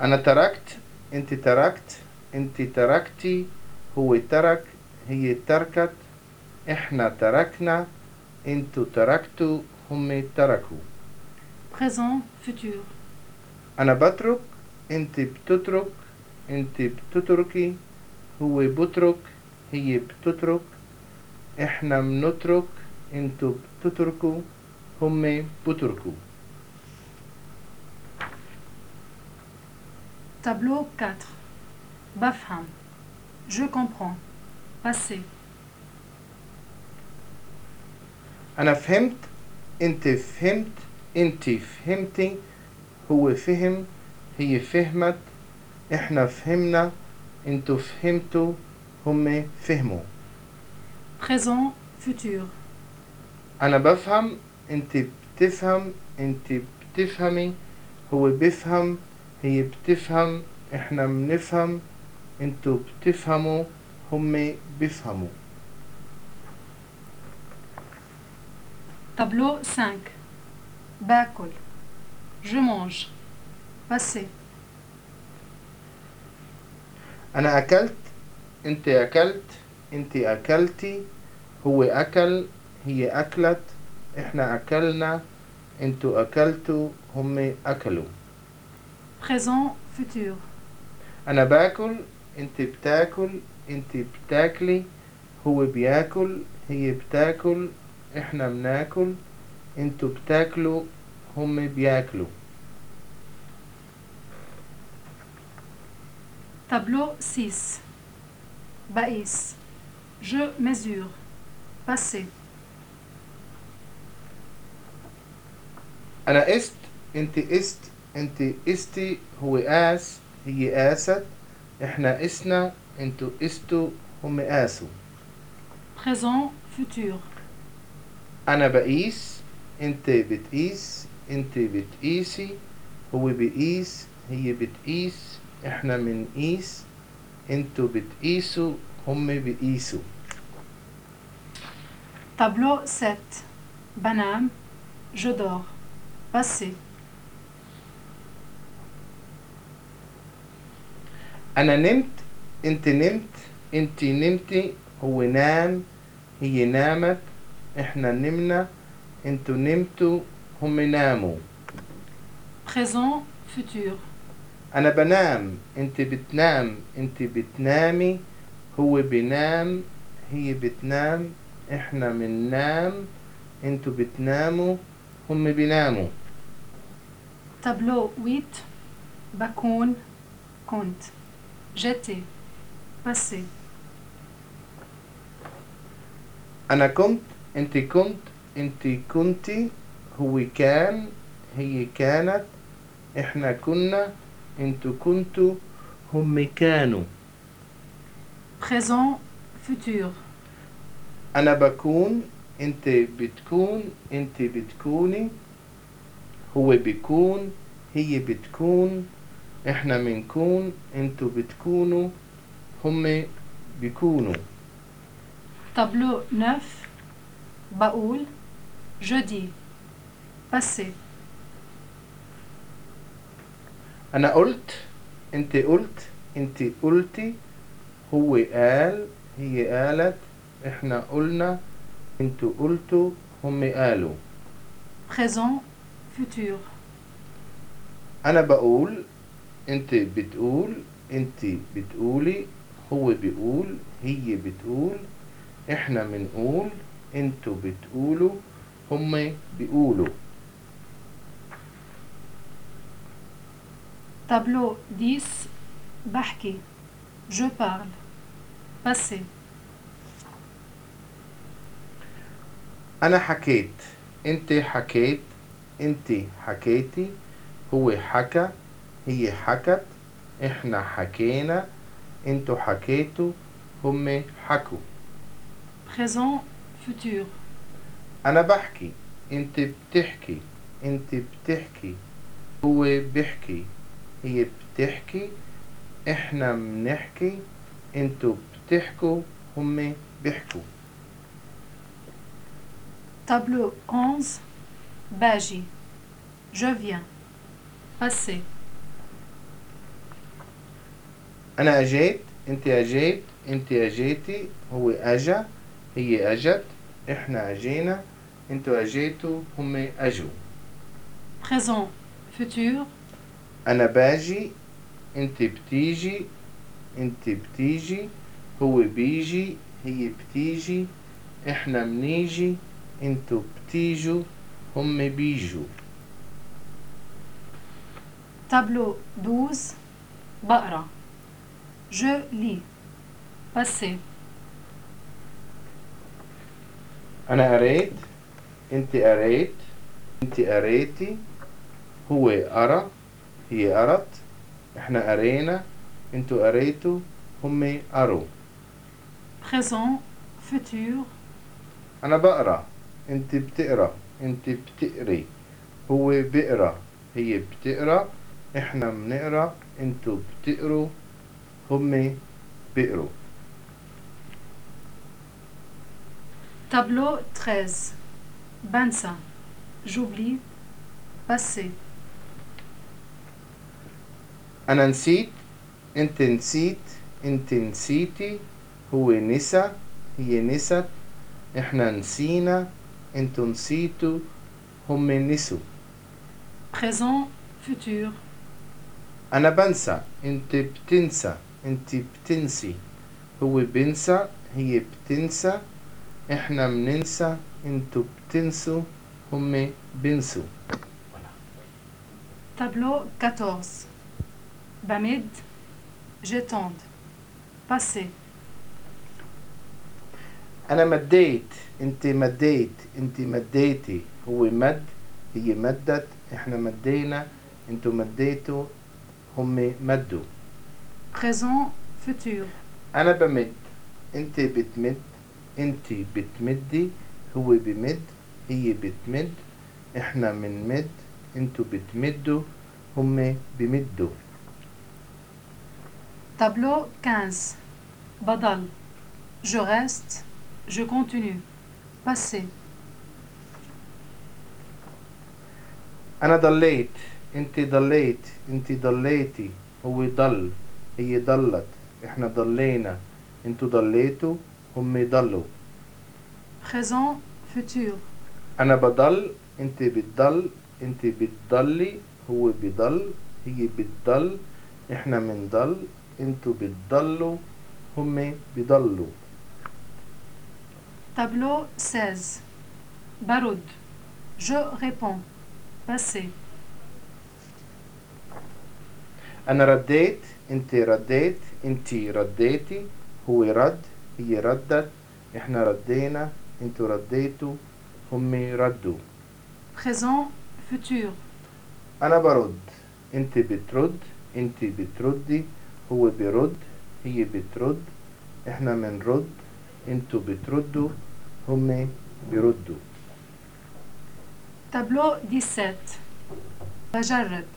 Speaker 4: أنا تركت أنت تركت أنت تركتي هو ترك هي تركت إحنا تركنا أنتوا تركتوا هم تركوا
Speaker 9: Présent, futur.
Speaker 4: أنا بترك أنت بتترك أنت بتتركي هو بترك هي بتترك إحنا بنترك أنتوا بتتركوا هم بتركوا
Speaker 9: Tableau 4. Bafham. Je comprends. Passé.
Speaker 4: أنا فهمت أنت فهمت أنت فهمتي هو فهم هي فهمت إحنا فهمنا أنتوا فهمتوا هم فهموا
Speaker 9: Présent, futur.
Speaker 4: أنا بفهم أنت بتفهم أنت بتفهمي هو بيفهم هي بتفهم إحنا بنفهم أنتوا بتفهموا هم بيفهموا
Speaker 9: Tableau 5. Bakul. Je mange. Passé.
Speaker 4: أنا أكلت أنت أكلت أنت أكلتي هو أكل هي أكلت إحنا أكلنا أنتوا أكلتوا هم أكلوا
Speaker 9: Présent, futur.
Speaker 4: أنا باكل أنت بتاكل أنت بتاكلي هو بياكل هي بتاكل إحنا بناكل أنتوا بتاكلوا هم بياكلوا
Speaker 9: Tableau 6. Baïs. Je mesure. Passé.
Speaker 4: أنا قست أنت قست أنت قستي هو قاس هي قاست إحنا قسنا أنتوا قستوا هم قاسوا
Speaker 9: Présent, futur.
Speaker 4: أنا بقيس أنت بتقيس أنت بتقيسي هو بيقيس هي بتقيس إحنا بنقيس أنتوا بتقيسوا هم بيقيسوا
Speaker 9: Tableau 7. Banane. Je dors. Passé.
Speaker 4: أنا نمت أنت نمت أنت نمتي هو نام هي نامت إحنا نمنا أنتوا نمتوا هم ناموا
Speaker 9: Présent, futur.
Speaker 4: أنا بنام أنت بتنام أنت بتنامي هو بينام هي بتنام إحنا بننام أنتوا بتناموا هم بيناموا
Speaker 9: Tableau 8. Bakoun. Compte. J'étais. Passé.
Speaker 4: أنا كنت أنت كنت أنت كنتي هو كان هي كانت إحنا كنا أنتوا كنتوا هم كانوا
Speaker 9: Présent, futur.
Speaker 4: أنا بكون أنت بتكون أنت بتكوني هو بيكون هي بتكون إحنا بنكون أنتوا بتكونوا هم بيكونوا
Speaker 9: Tableau 9. Baoul. Jeudi. Passé.
Speaker 4: أنا قلت أنت قلت أنت قلتي هو قال هي قالت إحنا قلنا أنتوا قلتوا هم قالوا
Speaker 9: Présent, futur.
Speaker 4: أنا بقول أنت بتقول أنت بتقولي هو بيقول هي بتقول إحنا بنقول أنتوا بتقولوا هم بيقولوا
Speaker 9: Tableau 10. Bahki. Je parle. Passé.
Speaker 4: أنا حكيت أنت حكيت أنت حكيتي هو حكى هي حكت إحنا حكينا أنتوا حكيتوا هم حكوا
Speaker 9: Présent, futur.
Speaker 4: أنا بحكي أنت بتحكي أنت بتحكي هو بيحكي هي بتحكي إحنا بنحكي أنتوا بتحكوا هم بيحكوا
Speaker 9: Tableau 11. Baji. Je viens. Passé.
Speaker 4: أنا أجيت أنت أجيت أنت أجيتي هو أجا هي أجت إحنا أجينا أنتوا أجيتوا هم أجوا
Speaker 9: Présent, futur.
Speaker 4: أنا باجي أنت بتيجي أنت بتيجي هو بيجي هي بتيجي إحنا بنيجي أنتوا بتيجوا هم بيجوا
Speaker 9: Tableau 12. Bara. Je lis. Passé.
Speaker 4: أنا قريت أنت قريت أنت قريتي هو قرا هي قرت إحنا قرينا أنتوا قريتوا هم قروا
Speaker 9: Présent, futur.
Speaker 4: أنا بقرا انت بتقرا انت بتقري هو بيقرا هي بتقرا احنا بنقرا انتوا بتقروا هم بيقروا
Speaker 9: Tableau 13. Bensa. J'oublie. Passé.
Speaker 4: انا نسيت انت نسيت انت نسيتي هو نسى هي نست احنا نسينا انتوا نسيتوا هم نسوا
Speaker 9: Présent. Futur.
Speaker 4: انا بنسى انت بتنسى انت بتنسي هو بنسى هي بتنسى احنا بننسى انتوا بتنسوا هم بنسوا
Speaker 9: Tableau 14. Bamid. J'étende. Passé.
Speaker 4: انا مديت انت مديت انت مديتي هو مد هي مدت احنا مدينا انتوا مديتوا هم مدوا
Speaker 9: Présent. Futur.
Speaker 4: انا بمد انت بتمد انت بتمدي هو بمد هي بتمد احنا بنمد انتوا بتمدوا هم بمدوا
Speaker 9: Tableau 15. Badal. Je reste. Je continue. Passé.
Speaker 4: انا ضليت انت ضليت انت ضليتي هو ضل هي ضلت احنا ضلينا انتوا ضليتوا هم ضلوا
Speaker 9: Présent. Futur.
Speaker 4: انا بضل انت بتضل انت بتضلي هو بضل هي بتضل احنا بنضل انتوا بتضلوا هم بضلوا
Speaker 9: Tableau 16. Baroud. Je réponds. Passé.
Speaker 4: انا رديت انت رديت انت رديتي هو رد هي ردت احنا ردينا انتوا رديتوا هم ردوا
Speaker 9: Présent. Futur.
Speaker 4: انا برد انت بترد انت بتردي هو بيرد هي بترد احنا بنرد انتوا بتردوا هم بيردوا
Speaker 9: Tableau 17. Bajarab.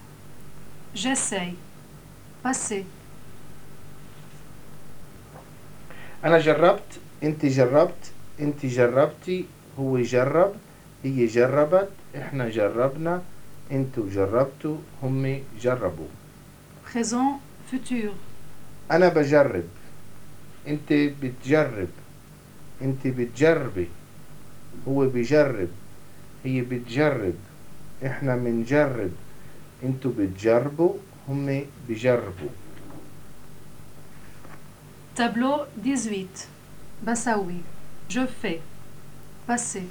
Speaker 9: J'essaye. Passé.
Speaker 4: انا جربت انت جربت انت جربتي هو جرب هي جربت احنا جربنا انتوا جربتوا هم جربوا
Speaker 9: Présent. Futur.
Speaker 4: انا بجرب انت بتجرب انت بتجربي هو بيجرب هي بتجرب احنا بنجرب انتوا بتجربوا هم بيجربوا
Speaker 9: Tableau 18. Bassaoui. Je fais. Passé.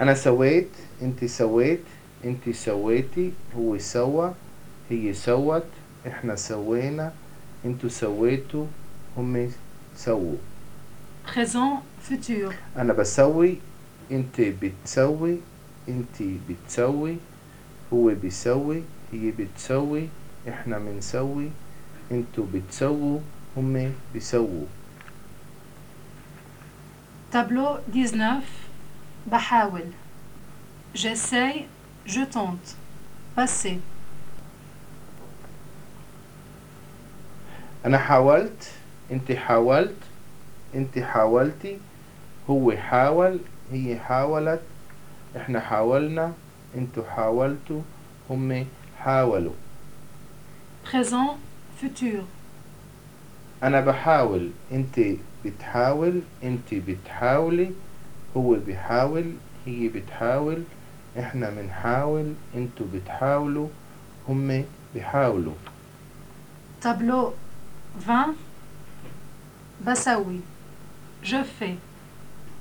Speaker 4: انا سويت انت سويت انت سويتي هو سوى هي سوت احنا سوينا انتوا سويتوا هم سووا
Speaker 9: Présent. Futur.
Speaker 4: انا بسوي انت بتسوي انت بتسوي هو بيسوي هي بتسوي احنا بنسوي انتوا بتسووا هم بيسووا
Speaker 9: Tableau 19. Bahawel. J'essaye. Je tente. Passé.
Speaker 4: انا حاولت انت حاولت انت حاولتي هو حاول هي حاولت احنا حاولنا انتوا حاولتوا هم حاولوا
Speaker 9: Présent. Futur.
Speaker 4: انا بحاول انت بتحاول انت بتحاولي هو بيحاول هي بتحاول احنا بنحاول انتوا بتحاولوا هم بيحاولوا
Speaker 9: Tableau 20. Bassaoui. Je fais.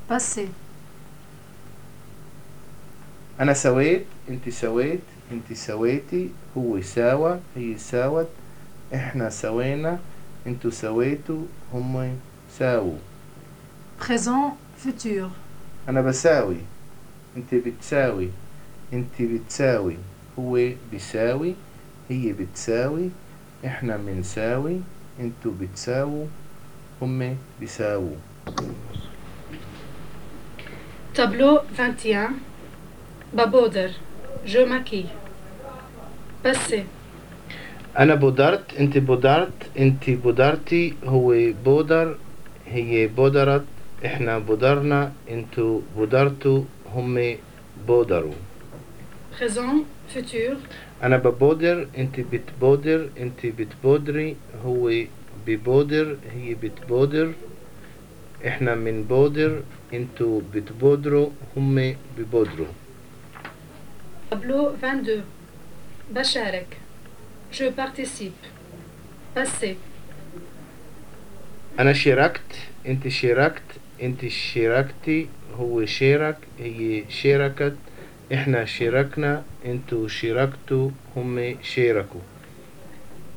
Speaker 9: Passé.
Speaker 4: انا سويت انت سويت انت سويتي هو ساوى هي ساوت احنا سوينا انتوا سويتوا هم ساووا
Speaker 9: Présent. Futur.
Speaker 4: انا بساوي انت بتساوي انت بتساوي هو بيساوي هي بتساوي احنا بنساوي انتوا بتساووا
Speaker 10: هم بيساووا
Speaker 9: Tableau 21. Baboder. Je maquille. Passé.
Speaker 4: أنا بودرت أنت بودرت أنت بودرتي هو بودر هي بودرت إحنا بودرنا أنتوا بودرتوا هم بودروا
Speaker 9: Présent, futur.
Speaker 4: أنا ببودر أنت بتبودر أنت بتبودري هو ببودر هي بتبودر إحنا من بودر أنتوا بتبودروا هم ببودروا
Speaker 9: Tableau 22. Bacharek. Je participe. Passé.
Speaker 4: أنا شاركت أنت شاركت أنت شاركتي هو شارك هي شاركت إحنا شاركنا أنتوا شاركتوا هم شاركوا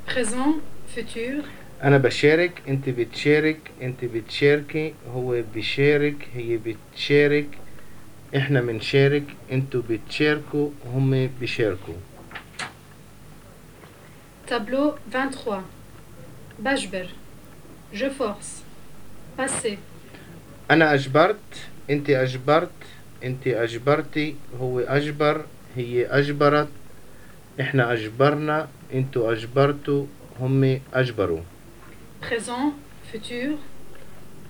Speaker 9: Présent, futur.
Speaker 4: أنا بشارك أنت بتشارك أنت بتشاركي هو بيشارك هي بتشارك إحنا بنشارك أنتوا بتشاركوا هم بيشاركوا
Speaker 9: Tableau 23. Bajber. Je force. Passé.
Speaker 4: أنا أجبرت أنت أجبرت أنت أجبرتي هو أجبر هي أجبرت إحنا أجبرنا أنتوا أجبرتوا هم أجبروا
Speaker 9: Présent, futur.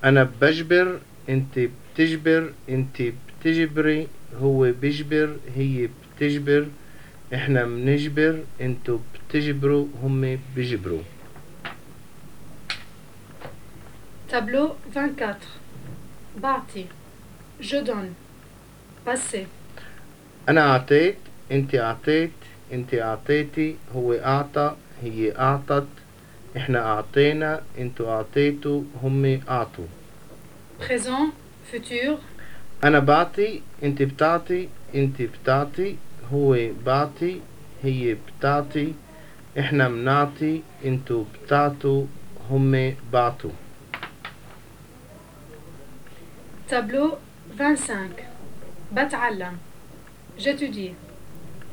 Speaker 4: أنا بجبر أنت بتجبر أنت بتجبري هو بيجبر هي بتجبر إحنا بنجبر أنتوا بتجبروا هم بيجبروا
Speaker 9: Tableau 24. Bâti. Je donne. Passé.
Speaker 4: أنا أعطيت أنت أعطيت أنت أعطيتي هو أعطى هي أعطت إحنا أعطينا أنتوا أعطيتوا هم أعطوا
Speaker 9: Présent, futur.
Speaker 4: أنا بعطي أنت بتعطي أنت بتعطي هو بعطي هي بتعطي إحنا بنعطي أنتوا بتعطوا هم بعطوا
Speaker 9: Tableau 25. Bat'allam. J'étudie.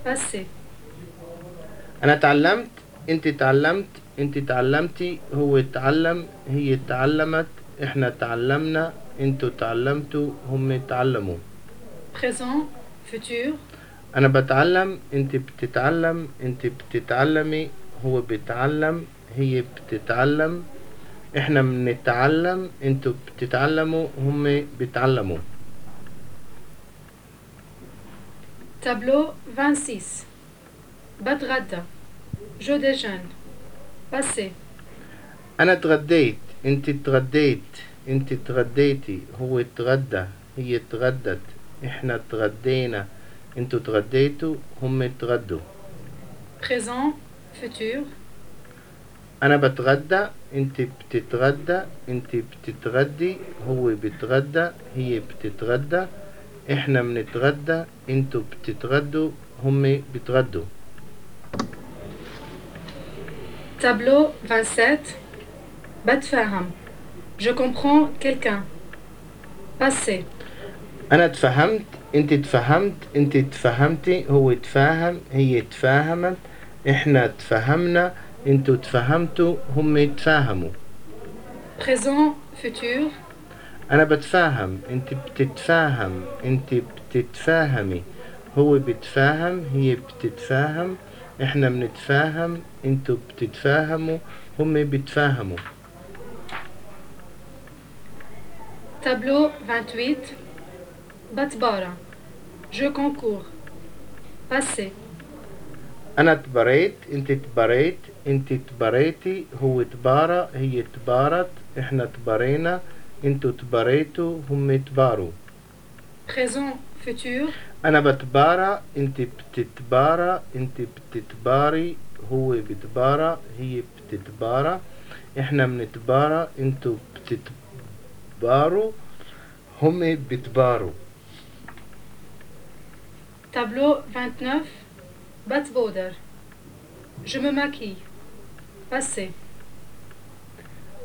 Speaker 9: Passé.
Speaker 4: أنا تعلمت أنت تعلمت أنت تعلمتي هو تعلم هي تعلمت إحنا تعلمنا أنتوا تعلمتوا هم تعلموا
Speaker 9: Présent, futur.
Speaker 4: أنا بتعلم أنت بتتعلم أنت بتتعلمي هو بيتعلم هي بتتعلم إحنا بنتعلم أنتوا بتتعلموا هم بيتعلموا
Speaker 9: Tableau 26. Badrada. Je déjeune. Passé.
Speaker 4: أنا اتغديت أنت اتغديت أنت اتغديتي هو اتغدى هي اتغدت إحنا اتغدينا أنتوا اتغديتوا هم اتغدوا
Speaker 9: Présent, futur.
Speaker 4: أنا بتغدى أنت بتتغدى أنت بتتغدي هو بيتغدى هي بتتغدى إحنا بنتغدى أنتوا بتتغدوا هم بيتغدوا
Speaker 9: Tableau 27. Batfaham. Je comprends quelqu'un. Passé.
Speaker 4: أنا اتفهمت أنت اتفهمت أنت اتفهمتي هو اتفاهم هي اتفاهمت إحنا اتفهمنا أنتوا اتفهمتوا هم اتفاهموا
Speaker 9: Présent, futur.
Speaker 4: أنا بتفاهم أنت بتتفاهم أنت بتتفاهمي هو بيتفاهم هي بتتفاهم إحنا بنتفاهم أنتوا بتتفاهموا هم بيتفاهموا
Speaker 9: Tableau 28. Batbara. Je concours. Passé.
Speaker 4: أنا اتبريت أنت اتبريت أنت اتبريتي هو اتبارى هي اتبارت إحنا اتبرينا أنتوا اتبريتوا هم اتباروا
Speaker 9: Présent, futur.
Speaker 4: أنا بتبارى أنت بتتبارى أنت بتتباري هو بيتبارى هي بتتبارى إحنا بنتبارى أنتوا بتتباروا هم بيتباروا
Speaker 9: Tableau 29. Batboder. Je me maquille. Passé.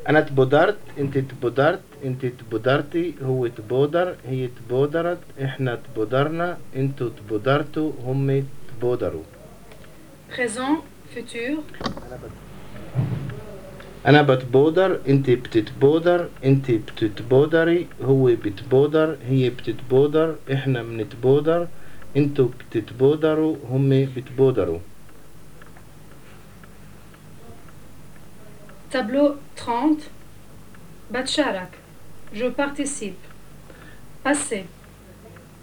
Speaker 4: أنا تبودرت أنت تبودرت أنت تبودرتي هو تبودر هي تبودرت إحنا تبودرنا أنتوا تبودرتوا هم تبودروا
Speaker 9: Présent, futur.
Speaker 4: أنا بتبودر أنت بتتبودر أنت بتتبودري هو بتبودر هي بتتبودر إحنا بنتبودر أنتوا بتتبودروا هم بتبودروا
Speaker 9: Tableau 30. Batcharak. Je participe. Passé.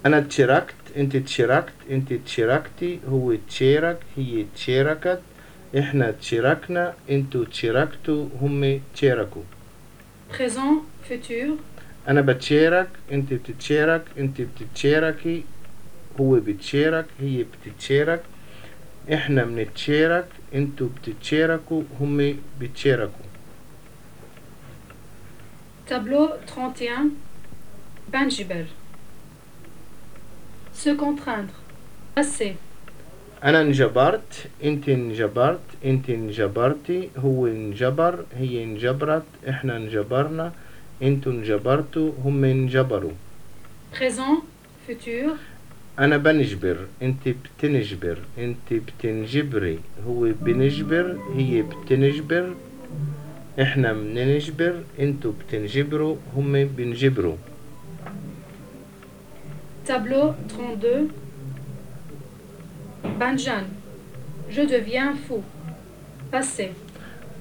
Speaker 4: أنا تشاركت أنت تشاركت أنت تشاركتي هو تشارك هي تشاركت إحنا تشاركنا أنتوا تشاركتوا هم تشاركوا
Speaker 9: Présent, futur.
Speaker 4: أنا بتشارك أنت بتتشارك أنت بتتشاركي هو بتشارك هي بتتشارك إحنا بنتشارك أنتوا بتتشاركوا هم بتشاركوا
Speaker 9: Tableau 31. Benjibel. Se contraindre. Passé.
Speaker 4: أنا انجبرت أنت انجبرت أنت انجبرتي هو انجبر هي انجبرت إحنا انجبرنا أنتوا انجبرتوا هم انجبروا
Speaker 9: Présent, futur.
Speaker 4: أنا بنجبر أنت بتنجبر أنت بتنجبري هو بنجبر هي بتنجبر إحنا بننجبر أنتوا بتنجبروا هم بنجبروا
Speaker 9: Tableau 32. Banjan. Je deviens fou. Passé.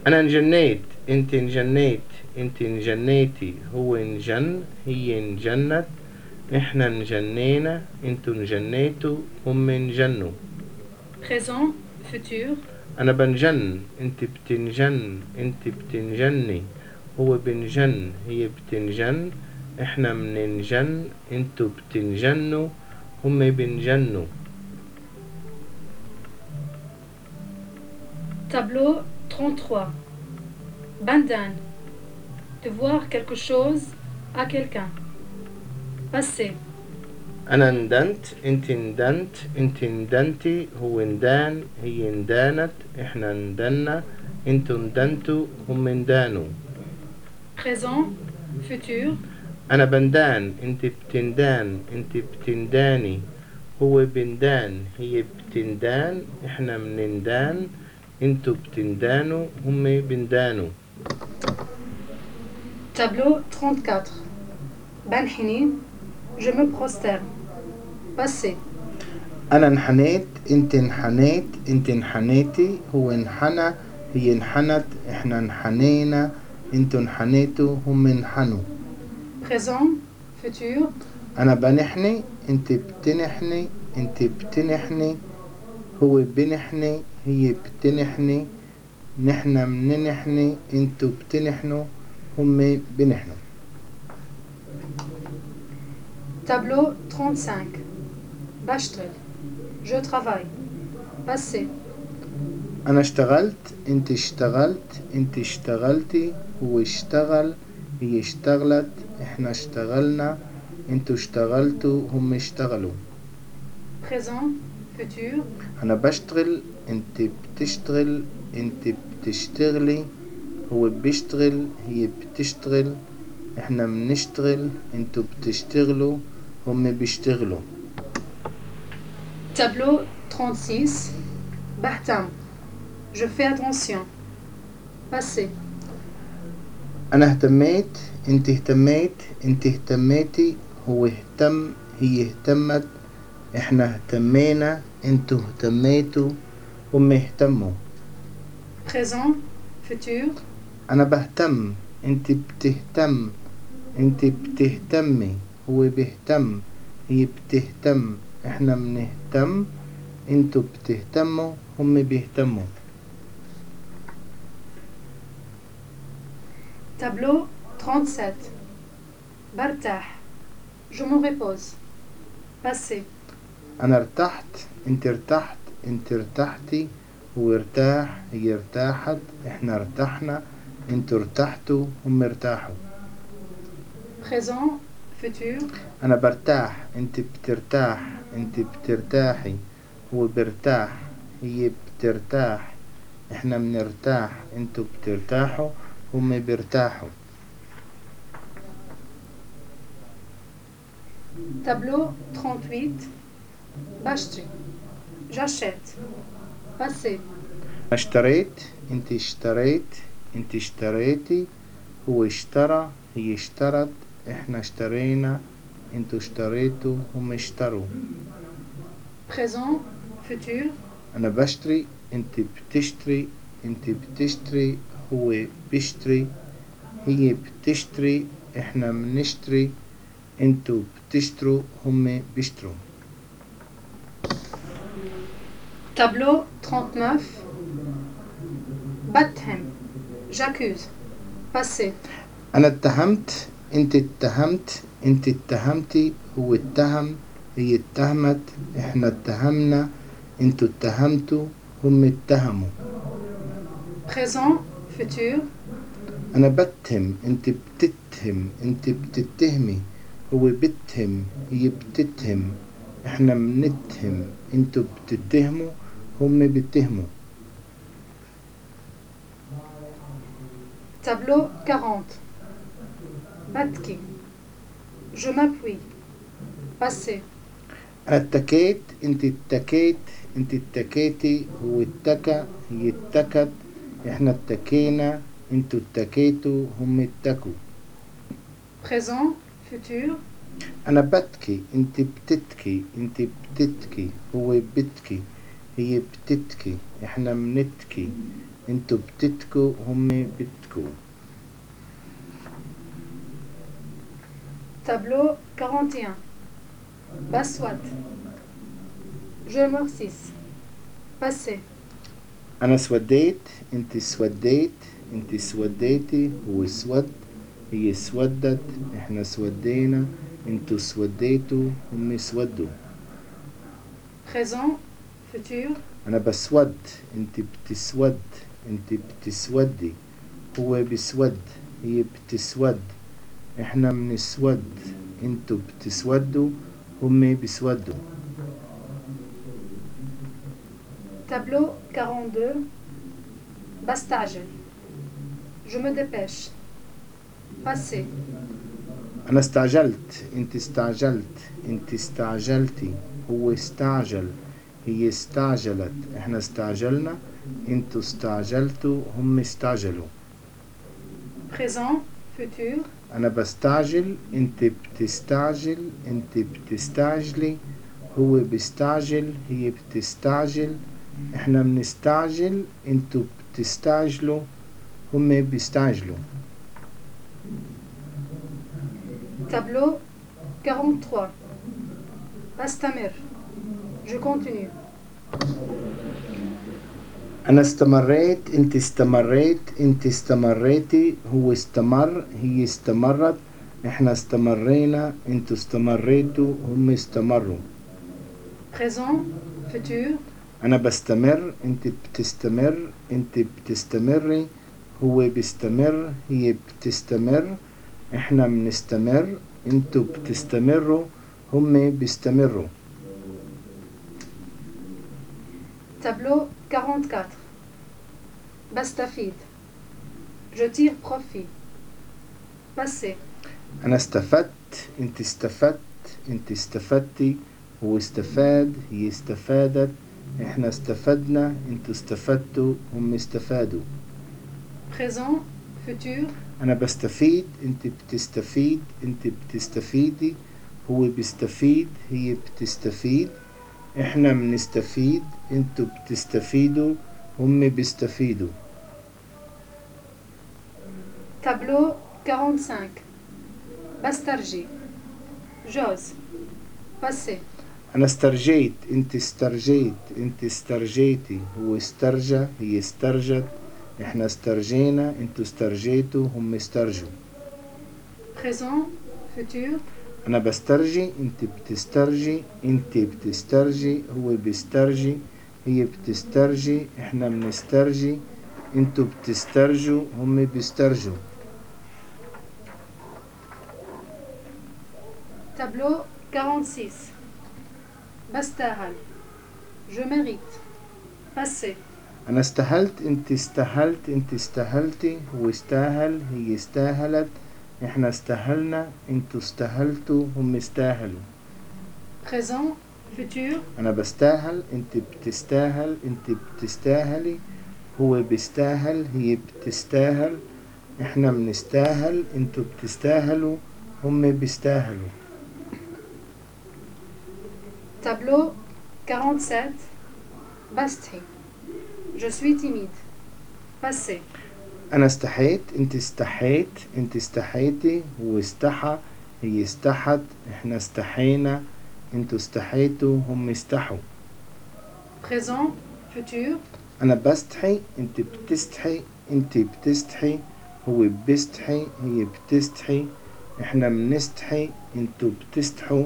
Speaker 4: أنا انجنيت أنت انجنيت أنت انجنيتي هو انجن هي انجنت إحنا انجنينا أنتوا انجنيتوا هم انجنوا
Speaker 9: Présent, futur.
Speaker 4: أنا بنجن أنت بتنجن أنت بتنجني هو بنجن هي بتنجن إحنا بننجن أنتوا بتنجنوا هم بنجنوا
Speaker 9: Tableau 33. Bandan. Devoir quelque chose à quelqu'un. Passé.
Speaker 4: أنا ندنت أنت ندنت أنت ندنتي هو ندان هي ندانت إحنا ندنا أنتوا ندنتوا هم ندانوا
Speaker 9: Présent, futur.
Speaker 4: أنا بندان أنت بتندان أنت بتنداني هو بندان هي بتندان إحنا بنندان أنتوا بتندانوا هم بندانوا
Speaker 9: Tableau 34. Banhini. Je me prosterne. Passé.
Speaker 4: أنا انحنيت أنت انحنيت أنت انحنيتي هو انحنى هي انحنت إحنا انحنينا أنتوا انحنيتوا هم انحنوا
Speaker 9: Présent, futur.
Speaker 4: أنا بنحني أنت بتنحني أنت بتنحني هو بنحني هي بتنحني نحنا بننحني أنتوا بتنحنوا هم بنحنوا
Speaker 9: Tableau 35. Bachtel. Je travaille. Passé.
Speaker 4: أنا اشتغلت أنت اشتغلت أنت اشتغلتي هو اشتغل هي اشتغلت إحنا اشتغلنا أنتوا اشتغلتوا هم اشتغلوا
Speaker 9: Présent, futur.
Speaker 4: أنا بشتغل أنت بتشتغل أنت بتشتغلي هو بيشتغل هي بتشتغل إحنا بنشتغل أنتوا بتشتغلوا هم بيشتغلوا
Speaker 9: Tableau 36. Bahtam. Je fais attention. Passé.
Speaker 4: أنا اهتميت أنت اهتميت أنت اهتميتي هو اهتم هي اهتمت إحنا اهتمينا أنتوا اهتميتوا هم اهتموا
Speaker 9: Présent, futur.
Speaker 4: أنا بهتم أنت بتهتم أنت بتهتمي هو بيهتم هي بتهتم إحنا بنهتم أنتوا بتهتموا هم بيهتموا
Speaker 9: Tableau 37. Bartah. Je me repose. Passé.
Speaker 4: أنا ارتحت أنت ارتحت أنت ارتحتي هو ارتاح هي ارتاحت إحنا ارتحنا أنتوا ارتحتوا هم ارتاحوا
Speaker 9: Présent, futur.
Speaker 4: أنا برتاح أنت بترتاح أنت بترتاحي هو برتاح هي بترتاح إحنا بنرتاح أنتوا بترتاحوا هم بيرتاحوا
Speaker 9: Tableau 38. Bachtel. J'achète. Passé.
Speaker 4: اشتريت أنت اشتريت انت اشتريتي هو اشترى هي اشترت احنا اشترينا انتوا اشتريتوا هم اشتروا
Speaker 9: Présent, futur,
Speaker 4: انا بشتري انت بتشتري انت بتشتري هو بيشتري هي بتشتري احنا بنشتري انتوا بتشتروا هم بيشتروا
Speaker 9: tableau 39. Bathem, j'accuse. Passé,
Speaker 4: انا اتهمت انت اتهمت انت اتهمتي هو اتهم هي اتهمت احنا اتهمنا انتوا اتهمتوا هم اتهموا
Speaker 9: présent, futur,
Speaker 4: انا بتهم انت بتتهم انت بتتهمي هو بتهم هي بتتهم احنا بنتهم انتوا بتتهموا هم بيتهموا
Speaker 9: tableau 40. Batki, je m'appuie. Passé,
Speaker 4: انا اتكيت انت اتكيت انت اتكيتي هو اتكى هي اتكت احنا اتكينا انتوا اتكيتوا هم اتكوا
Speaker 9: présent, futur,
Speaker 4: انا ببكي انت بتبكي انت بتبكي هو بتبكي هي بتبكي احنا بنبكي انتوا بتبكوا هم بتبكوا
Speaker 9: tableau 41. Baswat, je m'oxys. Passé,
Speaker 4: انا سوديت انت سوديت انت سوديتي هو سود هي سودت احنا سودينا انتوا سوديتوا هم سودوا
Speaker 9: présent, futur,
Speaker 4: انا بسود انت بتسود انت بتسودي هو بسود هي بتسود احنا بنسود انتوا بتسودوا هم بيسودوا
Speaker 9: tableau 42. Bastage, je me dépêche. Passé,
Speaker 4: انا استعجلت انت استعجلت انت استعجلتي هو استعجل هي استعجلت احنا استعجلنا انتوا استعجلتوا هم استعجلوا
Speaker 9: présent, futur,
Speaker 4: انا بستعجل انت بتستعجل انت بتستعجلي هو بيستعجل هي بتستعجل احنا بنستعجل انتوا بتستعجلوا هم بيستعجلوا
Speaker 9: tableau 43. Astamir, je continue.
Speaker 4: أنا استمريت أنت استمريت أنت استمريتي هو استمر هي استمرت إحنا استمرينا أنتوا استمريتوا هم استمروا
Speaker 9: Présent, futur,
Speaker 4: أنا بستمر أنت بتستمر أنت بتستمري هو بيستمر هي بتستمر إحنا بنستمر أنتوا بتستمروا هم بيستمروا
Speaker 9: tableau 44. Bastafid, je tire profit. Passé,
Speaker 4: أنا استفدت أنت استفدت أنت استفدتي هو استفاد هي استفادت إحنا استفدنا أنتوا استفدتوا هم استفادوا
Speaker 9: présent, futur,
Speaker 4: أنا بستفيد أنت بتستفيد أنت بتستفيدي هو بيستفيد هي بتستفيد إحنا بنستفيد أنتوا بتستفيدوا هم بيستفيدوا
Speaker 9: tableau 45. Bastarji, j'ose. Passé,
Speaker 4: أنا استرجيت أنت استرجيت أنت استرجيتي هو استرجى هي استرجت إحنا استرجينا أنتوا استرجيتوا هم استرجوا
Speaker 9: présent, futur,
Speaker 4: أنا بسترجي أنت بتسترجي أنت بتسترجي هو بيسترجي هي بتسترجي إحنا بنسترجي أنتوا بتسترجوا هم بيسترجوا
Speaker 9: tableau 46. Bastaral, je mérite. Passé,
Speaker 4: أنا استهلت أنت استهلت أنت استهلتي هو استاهل هي استاهلت إحنا استهلنا أنتوا استهلتوا هم استاهلوا
Speaker 9: présent, futur,
Speaker 4: أنا بستاهل أنت بتستاهل أنت بتستاهلي هو بيستاهل هي بتستاهل احنا بنستاهل انتوا بتستاهلوا هم بيستاهلوا
Speaker 9: Tableau 47. Bastri. Je suis timide. Passé.
Speaker 4: انا استحيت انت استحيت انت استحيتي هو استحى هي استحت احنا استحينا انتوا استحيتوا هم استحوا
Speaker 9: Présent. Futur.
Speaker 4: انا بستحي انت بتستحي انت بتستحي هو بيستحي هي بتستحي احنا بنستحي انتوا بتستحوا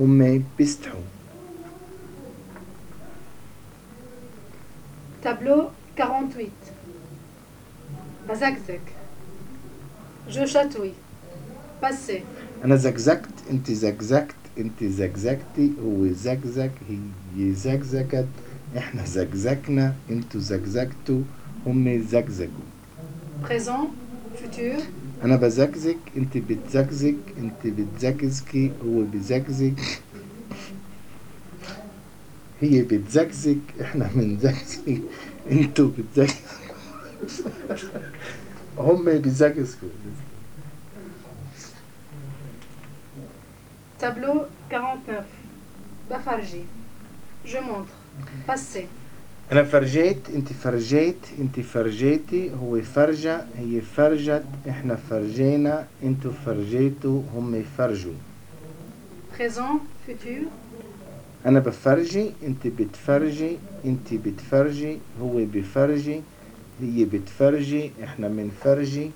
Speaker 4: هم بيستحوا
Speaker 9: Tableau 48. Bazakzek. Je chatouille. Passé.
Speaker 4: انا زقزقت انت زقزقت انت زقزقتي هو زقزق هي زقزقت احنا زقزقنا انتوا زقزقتوا هم زقزقوا
Speaker 9: Présent. Futur.
Speaker 4: انا بزقزق انت بتزقزق انت بتزقزقي هو بزقزق هي بتزقزق احنا بنزقزق انتوا بتزقزقوا هم بيزقزقوا
Speaker 9: Tableau 49. Bafarji. Je montre. Passé.
Speaker 4: انا فرجيت انت فرجيت انت فرجيتي هو فرجة هي فرجت احنا فرجينا انتوا فرجيتوا هم فرجوا
Speaker 9: Présent. Futur.
Speaker 4: انا بفرجي انت بتفرجي انت بتفرجي هو بفرجي هي بتفرجي احنا بنفرجي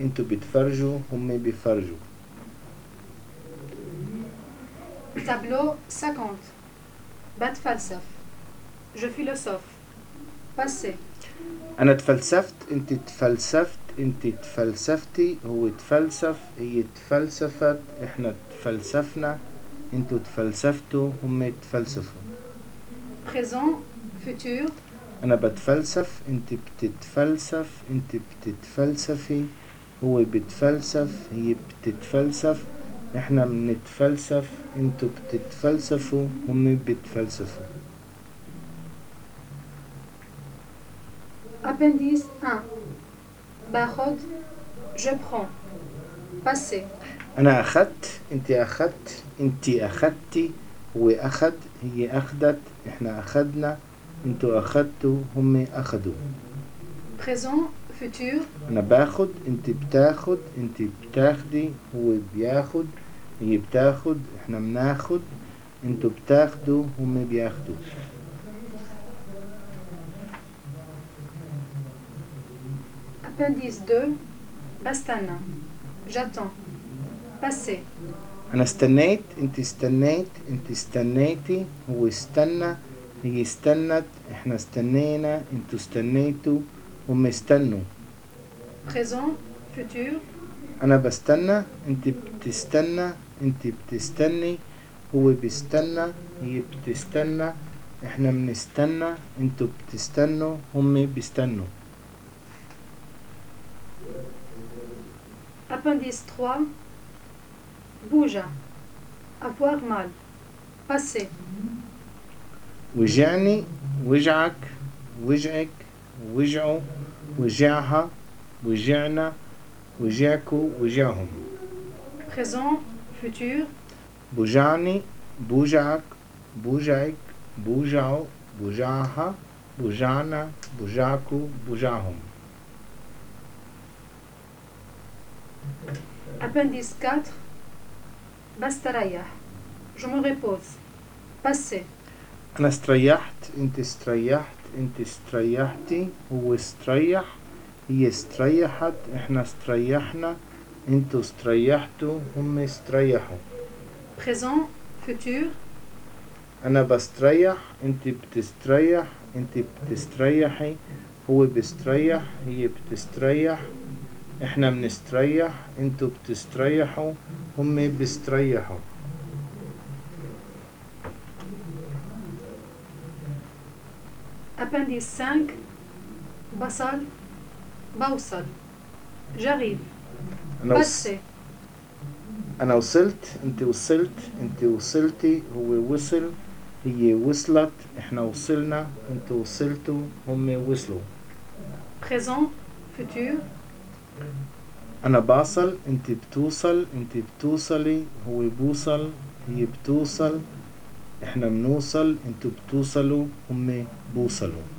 Speaker 4: انتوا بتفرجوا هم بفرجوا
Speaker 9: Tableau 50. Bat falsaf. Je philosophe. Passé.
Speaker 4: انا تفلسفت انت تفلسفت انت تفلسفتي هو تفلسف هي تفلسفت احنا تفلسفنا انتوا تفلسفتوا هم تفلسفوا
Speaker 9: Présent. Futur.
Speaker 4: انا بتفلسف انت بتتفلسف انت بتتفلسفي هو بتفلسف هي بتتفلسف احنا بنتفلسف انتوا بتتفلسفوا هم بيتفلسفوا
Speaker 9: Appendice 1. Barod. Je prends. Passé.
Speaker 4: انا اخذت انت اخذت انت اخذتي هو اخذ هي اخذت احنا اخذنا انتوا اخذتوا هم اخذوا
Speaker 9: Présent. Futur.
Speaker 4: انا باخد انت بتاخد انت بتاخدي هو بياخد هي بتاخد احنا بناخد انتوا بتاخدوا هم بياخدوا
Speaker 9: Appendice 2. Bastana. J'attends. Passé.
Speaker 4: انا استنيت انت استنيت انت استنيتي هو استنى هي استنت احنا استنينا انتوا استنيتوا هم استنوا
Speaker 9: Présent. Futur.
Speaker 4: انا بستنى انت بتستنى انت بتستني هو بيستنى هي بتستنى احنا بنستنى انتوا بتستنوا هم بيستنوا
Speaker 9: Appendice 3. Bouja. Avoir mal. Passé.
Speaker 4: وجعني وجعك وجعك وجعوا وجعها وجعنا وجعكوا وجعهم
Speaker 9: Présent. Futur.
Speaker 4: بوجعني بوجعك بوجعك بوجعوا بوجعها بوجعنا بوجعكوا بوجعهم
Speaker 9: Appendice 4. Bastaraya. Je me repose. Passé.
Speaker 4: أنا استريحت أنت استريحت أنت استريحتي هو استريح هي استريحت إحنا استريحنا أنتوا استريحتوا هم استريحوا
Speaker 9: Présent. Futur.
Speaker 4: أنا بستريح أنت بتستريح أنت بتستريحي هو بيستريح هي بتستريح إحنا بنستريح أنتوا بتستريحوا هم بيستريحوا
Speaker 9: Appendice 5. Basal. Bausal. J'arrive.
Speaker 4: أنا وص-
Speaker 9: Passé.
Speaker 4: أنا وصلت أنت وصلت أنت وصلتي هو وصل هي وصلت إحنا وصلنا أنتوا وصلتوا هم وصلوا
Speaker 9: présent, futur,
Speaker 4: أنا باصل أنت بتوصل أنت بتوصلي هو بوصل هي بتوصل إحنا بنوصل أنتوا بتوصلوا هم بوصلوا